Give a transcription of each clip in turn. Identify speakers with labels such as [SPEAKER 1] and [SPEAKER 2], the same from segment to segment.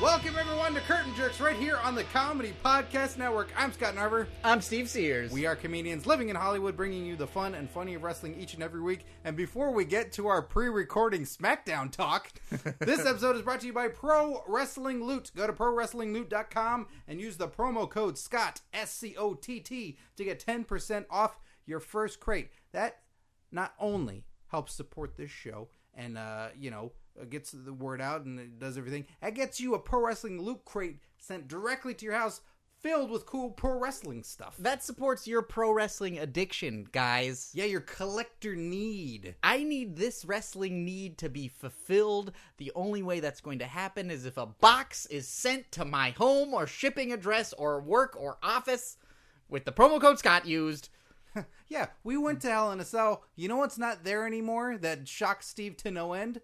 [SPEAKER 1] Welcome everyone to Curtain Jerks right here on the Comedy Podcast Network. I'm Scott Narver.
[SPEAKER 2] I'm Steve Sears.
[SPEAKER 1] We are comedians living in Hollywood, bringing you the fun and funny of wrestling each and every week. And before we get to our pre-recording SmackDown talk, this episode is brought to you by Pro Wrestling Loot. Go to prowrestlingloot.com and use the promo code Scott S C O T T to get 10% off your first crate. That not only helps support this show and uh, you know gets the word out and it does everything, that gets you a pro wrestling loot crate sent directly to your house filled with cool pro wrestling stuff.
[SPEAKER 2] that supports your pro wrestling addiction, guys.
[SPEAKER 1] Yeah, your collector need.
[SPEAKER 2] I need this wrestling need to be fulfilled. The only way that's going to happen is if a box is sent to my home or shipping address or work or office with the promo code Scott used.
[SPEAKER 1] Yeah, we went to Hell in a Cell. You know what's not there anymore that shocks Steve to no end?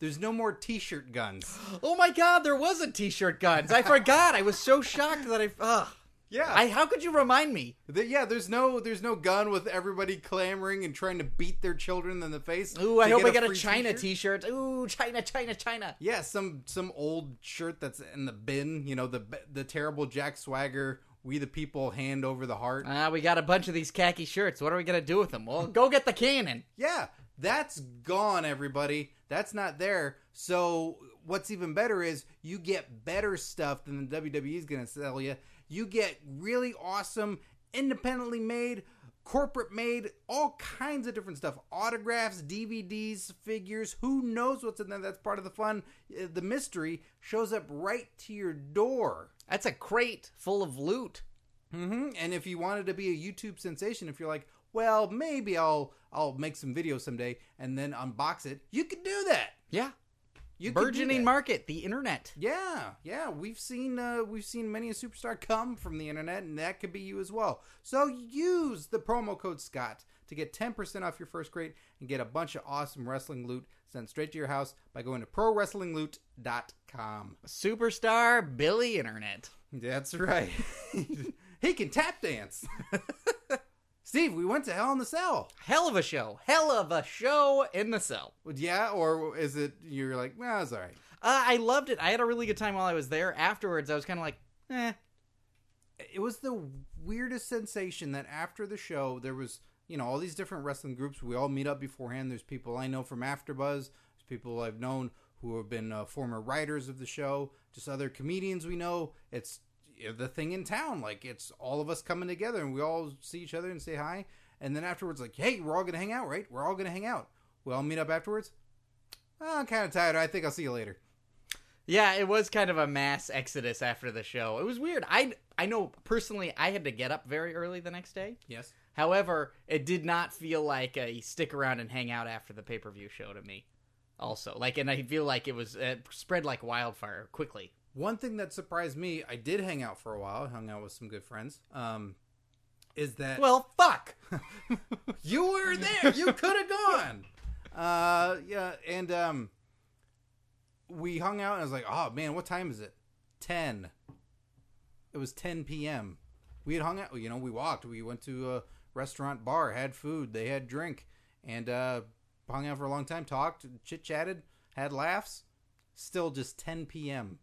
[SPEAKER 1] There's no more t-shirt guns.
[SPEAKER 2] Oh my god, there was a t-shirt guns. I forgot. I was so shocked that I ugh.
[SPEAKER 1] Yeah.
[SPEAKER 2] I how could you remind me?
[SPEAKER 1] The- yeah, there's no there's no gun with everybody clamoring and trying to beat their children in the face.
[SPEAKER 2] Ooh, I
[SPEAKER 1] to
[SPEAKER 2] hope
[SPEAKER 1] get
[SPEAKER 2] I got a
[SPEAKER 1] free
[SPEAKER 2] China t-shirt. Ooh, China, China, China.
[SPEAKER 1] Yeah, some some old shirt that's in the bin, you know, the the terrible Jack Swagger, we the people hand over the heart.
[SPEAKER 2] Ah, we got a bunch of these khaki shirts. What are we gonna do with them? Well, go get the cannon.
[SPEAKER 1] Yeah, that's gone, everybody. That's not there. So what's even better is you get better stuff than the WWE's going to sell you. You get really awesome, independently made, corporate made, all kinds of different stuff. Autographs, DVDs, figures, who knows what's in there. That's part of the fun. Uh, The mystery shows up right to your door.
[SPEAKER 2] That's a crate full of loot.
[SPEAKER 1] hmm And if you wanted to be a YouTube sensation, if you're like, well, maybe I'll I'll make some videos someday and then unbox it, you could do that.
[SPEAKER 2] Yeah,
[SPEAKER 1] You could do
[SPEAKER 2] burgeoning
[SPEAKER 1] that.
[SPEAKER 2] market, the internet.
[SPEAKER 1] Yeah, yeah, we've seen uh, we've seen many a superstar come from the internet, and that could be you as well. So use the promo code Scott to get ten percent off your first crate and get a bunch of awesome wrestling loot sent straight to your house by going to prowrestlingloot.com.
[SPEAKER 2] Superstar Billy Internet.
[SPEAKER 1] That's right. he can tap dance. Steve, we went to Hell in the Cell.
[SPEAKER 2] Hell of a show. Hell of a show in the cell.
[SPEAKER 1] Yeah, or is it you're like, well, it's all right.
[SPEAKER 2] Uh, I loved it. I had a really good time while I was there. Afterwards, I was kind of like, eh.
[SPEAKER 1] It was the weirdest sensation that after the show there was, you know, all these different wrestling groups. We all meet up beforehand. There's people I know from AfterBuzz. There's people I've known who have been uh, former writers of the show. Just other comedians we know. It's you know, the thing in town. Like it's all of us coming together and we all see each other and say hi. And then afterwards, like, hey, we're all gonna hang out, right? We're all gonna hang out. We all meet up afterwards. "Oh, I'm kind of tired. I think I'll see you later.
[SPEAKER 2] Yeah, it was kind of a mass exodus after the show. It was weird. I I know personally, I had to get up very early the next day.
[SPEAKER 1] Yes.
[SPEAKER 2] However, it did not feel like a stick around and hang out after the pay per view show to me. Also, like, and I feel like it was it spread like wildfire quickly.
[SPEAKER 1] One thing that surprised me, I did hang out for a while, hung out with some good friends. Um, is that
[SPEAKER 2] Well, fuck.
[SPEAKER 1] you were there? You could have gone. Uh, yeah, and um, we hung out, and I was like, "Oh man, what time is it? Ten. It was ten p.m. We had hung out. You know, we walked. We went to a restaurant, bar, had food. They had drink, and uh, hung out for a long time. Talked, chit chatted, had laughs. Still, just ten p.m.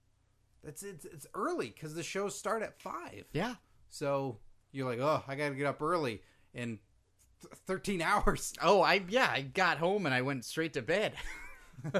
[SPEAKER 1] That's it's it's early because the shows start at five.
[SPEAKER 2] Yeah.
[SPEAKER 1] So you're like, oh, I got to get up early in th- 13 hours.
[SPEAKER 2] Oh, I yeah, I got home and I went straight to bed.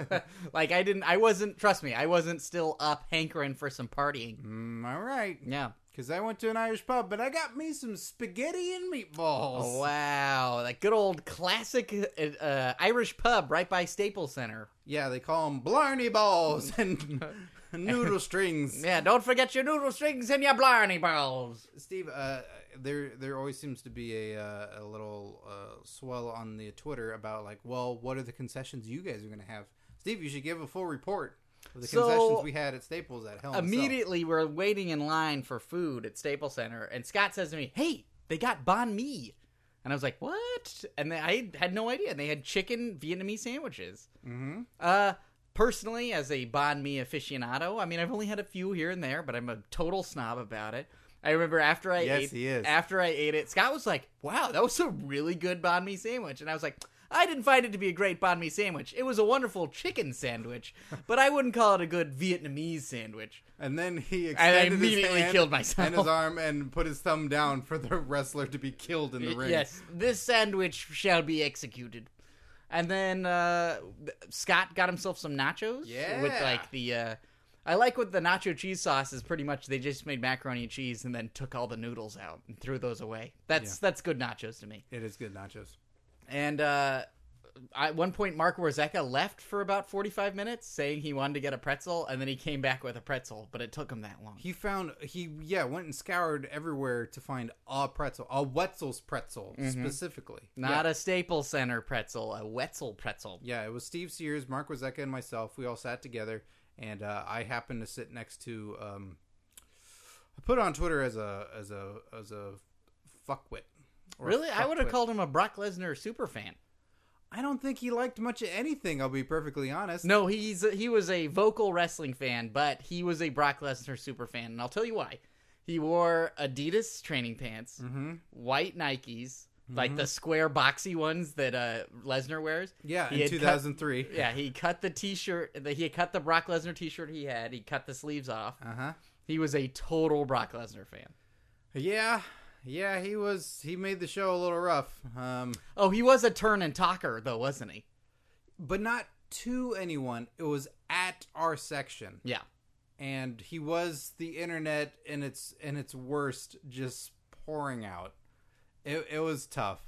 [SPEAKER 2] like I didn't I wasn't trust me, I wasn't still up hankering for some partying.
[SPEAKER 1] Mm, all right.
[SPEAKER 2] Yeah.
[SPEAKER 1] Because I went to an Irish pub, but I got me some spaghetti and meatballs.
[SPEAKER 2] Oh, wow, that good old classic uh, uh, Irish pub right by Staples Center.
[SPEAKER 1] Yeah, they call them blarney balls and noodle strings.
[SPEAKER 2] Yeah, don't forget your noodle strings and your blarney balls.
[SPEAKER 1] Steve, uh, there there always seems to be a, uh, a little uh, swell on the Twitter about like, well, what are the concessions you guys are going to have? Steve, you should give a full report of the
[SPEAKER 2] So-
[SPEAKER 1] concessions we had at Staples at Hell. in a Cell.
[SPEAKER 2] immediately we're waiting in line for food at Staples Center, and Scott says to me, "Hey, they got banh mi," and I was like, "What?" And they, I had no idea. And they had chicken Vietnamese sandwiches. Mm-hmm. Uh, personally, as a banh mi aficionado, I mean, I've only had a few here and there, but I'm a total snob about it. I remember after I
[SPEAKER 1] Yes,
[SPEAKER 2] ate
[SPEAKER 1] he is.
[SPEAKER 2] after I ate it, Scott was like, "Wow, that was a really good banh mi sandwich," and I was like. I didn't find it to be a great banh mi sandwich. It was a wonderful chicken sandwich, but I wouldn't call it a good Vietnamese sandwich.
[SPEAKER 1] And then he
[SPEAKER 2] I
[SPEAKER 1] extended
[SPEAKER 2] immediately
[SPEAKER 1] his hand
[SPEAKER 2] killed myself.
[SPEAKER 1] and his arm and put his thumb down for the wrestler to be killed in the ring.
[SPEAKER 2] Yes, this sandwich shall be executed. And then uh, Scott got himself some nachos with
[SPEAKER 1] Yeah.
[SPEAKER 2] like the. Uh, I like what the nacho cheese sauce is. Pretty much, they just made macaroni and cheese and then took all the noodles out and threw those away. That's that's good nachos to me.
[SPEAKER 1] It is good nachos.
[SPEAKER 2] And uh, at one point, Mark Warzeka left for about forty five minutes, saying he wanted to get a pretzel, and then he came back with a pretzel, but it took him that long.
[SPEAKER 1] He found he yeah went and scoured everywhere to find a pretzel, a Wetzel's pretzel
[SPEAKER 2] Mm-hmm.
[SPEAKER 1] specifically.
[SPEAKER 2] Not a Staples Center pretzel, a Wetzel pretzel.
[SPEAKER 1] Yeah, it was Steve Sears, Mark Wazeka, and myself. We all sat together, and uh, I happened to sit next to. Um, I put on Twitter as a as a as a fuckwit. or a
[SPEAKER 2] Really, I would have
[SPEAKER 1] fuckwit.
[SPEAKER 2] called him a Brock Lesnar super fan.
[SPEAKER 1] I don't think he liked much of anything. I'll be perfectly honest.
[SPEAKER 2] No, he's he was a vocal wrestling fan, but he was a Brock Lesnar super fan, and I'll tell you why. He wore Adidas training pants,
[SPEAKER 1] Mm-hmm.
[SPEAKER 2] white Nikes, like the square boxy ones that uh, Lesnar wears.
[SPEAKER 1] Yeah,
[SPEAKER 2] He
[SPEAKER 1] in
[SPEAKER 2] had
[SPEAKER 1] two
[SPEAKER 2] cut-
[SPEAKER 1] thousand three.
[SPEAKER 2] yeah, he cut the t-shirt. The, he cut the Brock Lesnar t-shirt he had. He cut the sleeves off.
[SPEAKER 1] Uh huh.
[SPEAKER 2] He was a total Brock Lesnar fan.
[SPEAKER 1] Yeah, yeah. He was. He made the show a little rough, um,
[SPEAKER 2] Oh, he was a turn and talker though, wasn't he?
[SPEAKER 1] but not to anyone. It was at our section,
[SPEAKER 2] Yeah.
[SPEAKER 1] and he was the internet in its in its worst, just pouring out. It it was tough.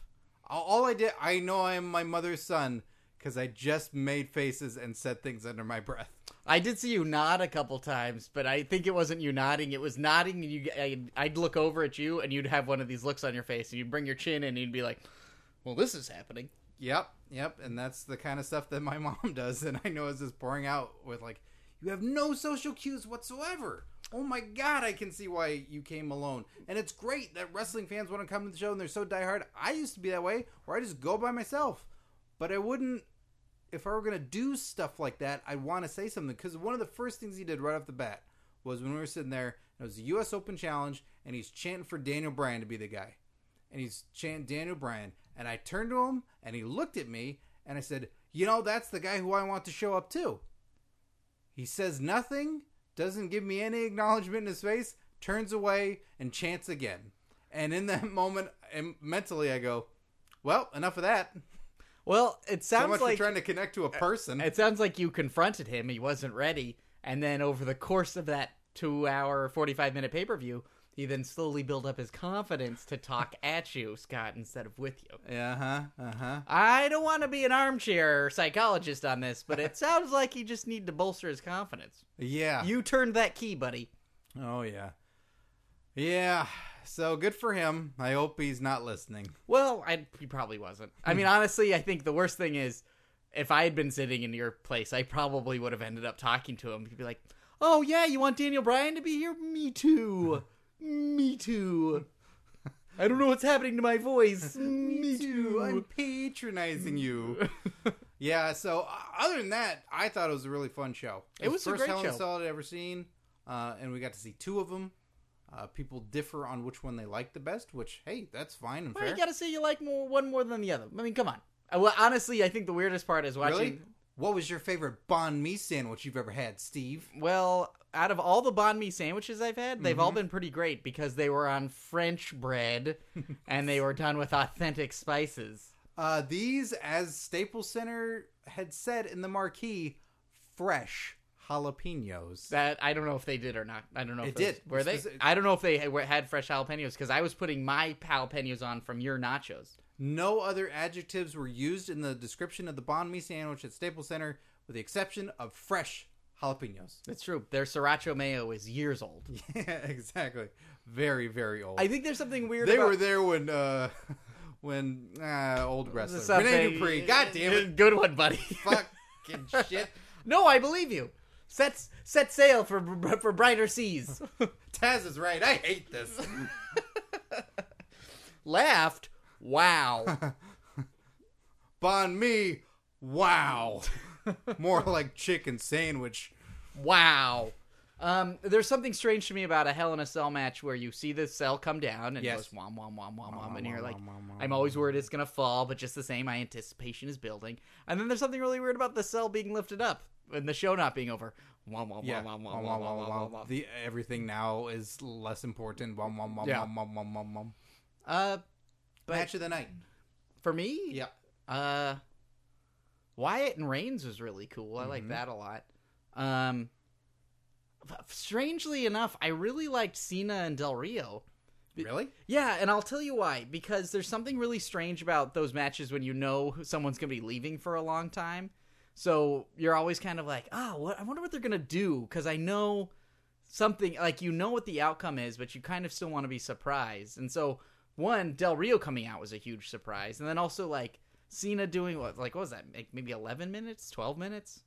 [SPEAKER 1] All- All I did, I know I'm my mother's son because I just made faces and said things under my breath.
[SPEAKER 2] I did see you nod a couple times, but I think it wasn't you nodding. It was nodding, and you, I'd, I'd look over at you, and you'd have one of these looks on your face, and you'd bring your chin in, and you'd be like, "Well, this is happening."
[SPEAKER 1] Yep, yep, and that's the kind of stuff that my mom does, and I know is just pouring out with like, you have no social cues whatsoever. Oh my god, I can see why you came alone, and it's great that wrestling fans want to come to the show and they're so diehard. I used to be that way, where I just go by myself, but I wouldn't. If I were gonna do stuff like that, I'd want to say something because one of the first things he did right off the bat was when we were sitting there, it was the U.S. Open Challenge, and he's chanting for Daniel Bryan to be the guy and he's chanting Daniel Bryan. And I turned to him and he looked at me and I said, You know, that's the guy who I want to show up to. He says nothing, doesn't give me any acknowledgement in his face, turns away and chants again. And in that moment, and mentally, I go, Well, enough of that.
[SPEAKER 2] Well, it
[SPEAKER 1] So
[SPEAKER 2] sounds
[SPEAKER 1] much
[SPEAKER 2] like
[SPEAKER 1] for trying to connect to a person.
[SPEAKER 2] it sounds like you confronted him. He wasn't ready, and then over the course of that two-hour, forty-five-minute pay-per-view, he then slowly built up his confidence to talk at you, Scott, instead of with you.
[SPEAKER 1] Uh huh. Uh huh.
[SPEAKER 2] I don't want to be an armchair psychologist on this, but it sounds like he just need to bolster his confidence.
[SPEAKER 1] Yeah.
[SPEAKER 2] You turned that key, buddy.
[SPEAKER 1] oh, yeah. Yeah. So good for him. I hope he's not listening.
[SPEAKER 2] Well, I, he probably wasn't. I mean, honestly, I think the worst thing is if I had been sitting in your place, I probably would have ended up talking to him. He'd be like, "Oh yeah, you want Daniel Bryan to be here? Me too. Me too. I don't know what's happening to my voice. Me
[SPEAKER 1] Ooh, I'm
[SPEAKER 2] too.
[SPEAKER 1] patronizing you. yeah. So uh, other than that, I thought it was a really fun show.
[SPEAKER 2] It was a
[SPEAKER 1] the first
[SPEAKER 2] great
[SPEAKER 1] Hell in a
[SPEAKER 2] show.
[SPEAKER 1] Cell I'd ever seen, uh, and we got to see two of them. Uh, people differ on which one they like the best. Which hey, that's fine and
[SPEAKER 2] Well,
[SPEAKER 1] fair.
[SPEAKER 2] you gotta say you like more one more than the other. I mean, come on. Uh, Well, honestly, I think the weirdest part is watching.
[SPEAKER 1] really? What was your favorite banh mi sandwich you've ever had, Steve?
[SPEAKER 2] Well, out of all the banh mi sandwiches I've had, they've all been pretty great because they were on French bread and they were done with authentic spices.
[SPEAKER 1] Uh, these, as Staples Center had said in the marquee, fresh jalapenos.
[SPEAKER 2] That I don't know if they did or not. I don't know.
[SPEAKER 1] It
[SPEAKER 2] if those-
[SPEAKER 1] did.
[SPEAKER 2] Were they?
[SPEAKER 1] Speci-
[SPEAKER 2] I don't know if they had- were- had fresh jalapenos because I was putting my jalapenos on from your nachos.
[SPEAKER 1] No other adjectives were used in the description of the banh mi sandwich at Staples Center, with the exception of fresh jalapenos.
[SPEAKER 2] That's true. Their sriracha mayo is years old.
[SPEAKER 1] Yeah, exactly. Very, very old.
[SPEAKER 2] I think there's something weird.
[SPEAKER 1] they
[SPEAKER 2] about-
[SPEAKER 1] were there when, uh, when uh, old wrestler
[SPEAKER 2] something-
[SPEAKER 1] Rene Dupree. God damn it!
[SPEAKER 2] Good one, buddy.
[SPEAKER 1] fucking shit!
[SPEAKER 2] no, I believe you. Set set sail for for brighter seas.
[SPEAKER 1] Taz is right. I hate this.
[SPEAKER 2] Laughed. Wow.
[SPEAKER 1] Banh mi. Wow. More like chicken sandwich.
[SPEAKER 2] Wow. Um, there's something strange to me about a Hell in a Cell match where you see the cell come down and
[SPEAKER 1] Yes.
[SPEAKER 2] it goes wom wom wom wom wom, and
[SPEAKER 1] wom,
[SPEAKER 2] you're like,
[SPEAKER 1] wom, wom, wom,
[SPEAKER 2] I'm always worried it's gonna fall, but just the same, my anticipation is building. And then there's something really weird about the cell being lifted up and the show not being over. Wom wom
[SPEAKER 1] Yeah.
[SPEAKER 2] wom wom
[SPEAKER 1] Wah,
[SPEAKER 2] wom
[SPEAKER 1] wah,
[SPEAKER 2] wom
[SPEAKER 1] wah,
[SPEAKER 2] wom
[SPEAKER 1] wah,
[SPEAKER 2] wom
[SPEAKER 1] wah.
[SPEAKER 2] wom.
[SPEAKER 1] The everything now is less important. Wah, wah, wah,
[SPEAKER 2] Yeah.
[SPEAKER 1] wah, wah, wah, wah, wah.
[SPEAKER 2] Uh, but
[SPEAKER 1] Match of the night.
[SPEAKER 2] for me, Uh, Wyatt and Reigns was really cool. I
[SPEAKER 1] Mm-hmm.
[SPEAKER 2] like that a lot. Um, f- strangely enough, I really liked Cena and Del Rio.
[SPEAKER 1] Really?
[SPEAKER 2] Yeah, and I'll tell you why. Because there's something really strange about those matches when you know who- someone's going to be leaving for a long time. So you're always kind of like, ah, what? I wonder what they're going to do because I know something. Like you know what the outcome is, but you kind of still want to be surprised. And so one, Del Rio coming out was a huge surprise, and then also like Cena doing what? Like what was that? Like maybe 11 minutes, 12 minutes.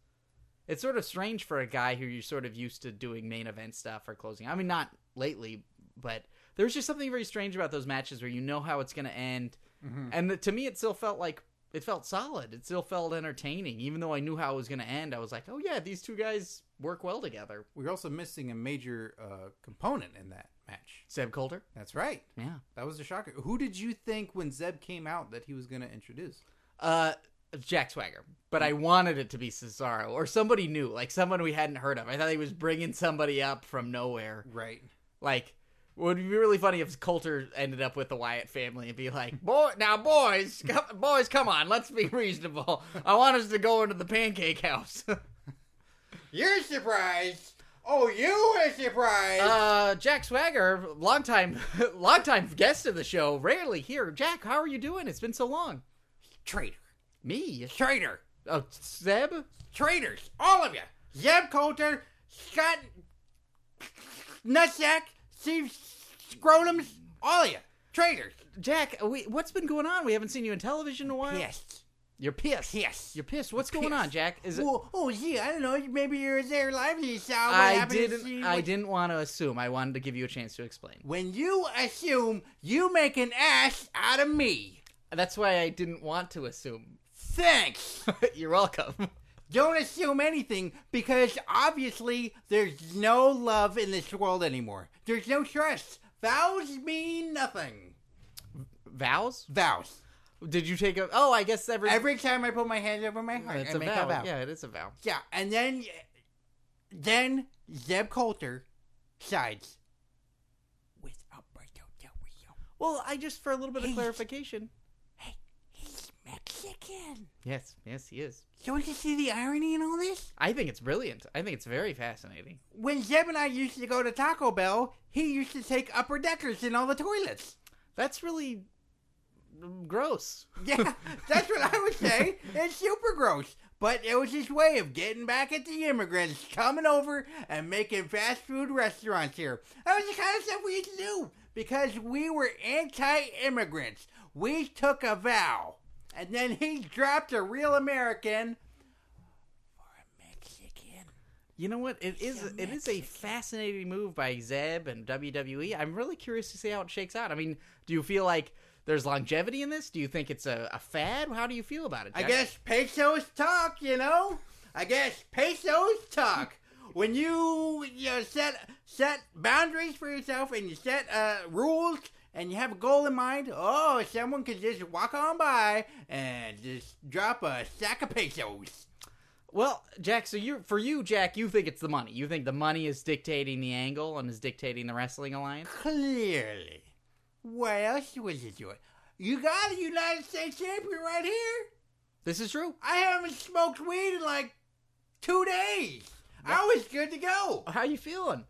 [SPEAKER 2] It's sort of strange for a guy who you're sort of used to doing main event stuff or closing. I mean, not lately, but there's just something very strange about those matches where you know how it's going to end. And the, to me, it still felt like it felt solid. It still felt entertaining, even though I knew how it was going to end. I was like, oh yeah, these two guys work well together.
[SPEAKER 1] We're also missing a major uh, component in that match.
[SPEAKER 2] Seb Coulter,
[SPEAKER 1] That's right.
[SPEAKER 2] yeah.
[SPEAKER 1] That was a shocker. Who did you think when Zeb came out that he was going to introduce?
[SPEAKER 2] Uh, Jack Swagger. But I wanted it to be Cesaro or somebody new, like someone we hadn't heard of. I thought he was bringing somebody up from nowhere.
[SPEAKER 1] Right.
[SPEAKER 2] Like, it would be really funny if Coulter ended up with the Wyatt family and be like, "Boy, now boys, come, boys, come on, let's be reasonable. I want us to go into the pancake house."
[SPEAKER 1] You're surprised. Oh, you were surprised.
[SPEAKER 2] uh, Jack Swagger, longtime, longtime guest of the show, rarely here. Jack, how are you doing? It's been so long.
[SPEAKER 1] traitor.
[SPEAKER 2] Me?
[SPEAKER 1] Traitor.
[SPEAKER 2] Oh, Zeb?
[SPEAKER 1] Traitors. All of you. Zeb Coulter, Scott Nutsack, Steve Scrotums, all of you. Traitors.
[SPEAKER 2] Jack, we, what's been going on? We haven't seen you in television in a while.
[SPEAKER 1] Yes.
[SPEAKER 2] You're pissed.
[SPEAKER 1] Yes.
[SPEAKER 2] You're pissed. What's going on, Jack? Is it?
[SPEAKER 1] Well, oh, gee, I don't know. Maybe you were there live and you saw what
[SPEAKER 2] I
[SPEAKER 1] happened. and
[SPEAKER 2] didn't.
[SPEAKER 1] see
[SPEAKER 2] I
[SPEAKER 1] what-
[SPEAKER 2] didn't want to assume. I wanted to give you a chance to explain.
[SPEAKER 1] When you assume, you make an ass out of me.
[SPEAKER 2] That's why I didn't want to assume.
[SPEAKER 1] Thanks.
[SPEAKER 2] You're welcome.
[SPEAKER 1] Don't assume anything because obviously there's no love in this world anymore. There's no trust. Vows mean nothing.
[SPEAKER 2] Vows?
[SPEAKER 1] Vows.
[SPEAKER 2] Did you take a? Oh, I guess every. oh,
[SPEAKER 1] Every time I put my hand over my heart,
[SPEAKER 2] it's
[SPEAKER 1] I
[SPEAKER 2] a
[SPEAKER 1] make
[SPEAKER 2] vow.
[SPEAKER 1] a vow.
[SPEAKER 2] Yeah, it is a vow.
[SPEAKER 1] Yeah, and then, then Zeb Coulter sides with Alberto Del Rio.
[SPEAKER 2] Well, I just for a little bit of
[SPEAKER 1] Hey.
[SPEAKER 2] clarification.
[SPEAKER 1] Hey, he's Mexican.
[SPEAKER 2] Yes, yes, he is.
[SPEAKER 1] Don't you see the irony in all this?
[SPEAKER 2] I think it's brilliant. I think it's very fascinating.
[SPEAKER 1] When Zeb and I used to go to Taco Bell, he used to take upper deckers in all the toilets.
[SPEAKER 2] That's really mm, gross.
[SPEAKER 1] Yeah, that's what I would say. It's super gross. But it was his way of getting back at the immigrants coming over and making fast food restaurants here. That was the kind of stuff we used to do because we were anti immigrants. We took a vow. And then he dropped a real American for a Mexican.
[SPEAKER 2] You know what? It is it is a fascinating move by Zeb and WWE. I'm really curious to see how it shakes out. I mean, do you feel like there's longevity in this? Do you think it's a, a fad? How do you feel about it?
[SPEAKER 1] I
[SPEAKER 2] Jack?
[SPEAKER 1] guess pesos talk, you know? I guess pesos talk. When you, you know, set set boundaries for yourself and you set uh, rules and you have a goal in mind, oh, someone could just walk on by and just drop a sack of pesos.
[SPEAKER 2] Well, Jack, so you for you, Jack, you think it's the money. You think the money is dictating the angle and is dictating the wrestling alliance.
[SPEAKER 1] Clearly. What else was it doing? You got a United States champion right here.
[SPEAKER 2] This is true.
[SPEAKER 1] I haven't smoked weed in like two days. I was good to go.
[SPEAKER 2] How you feeling?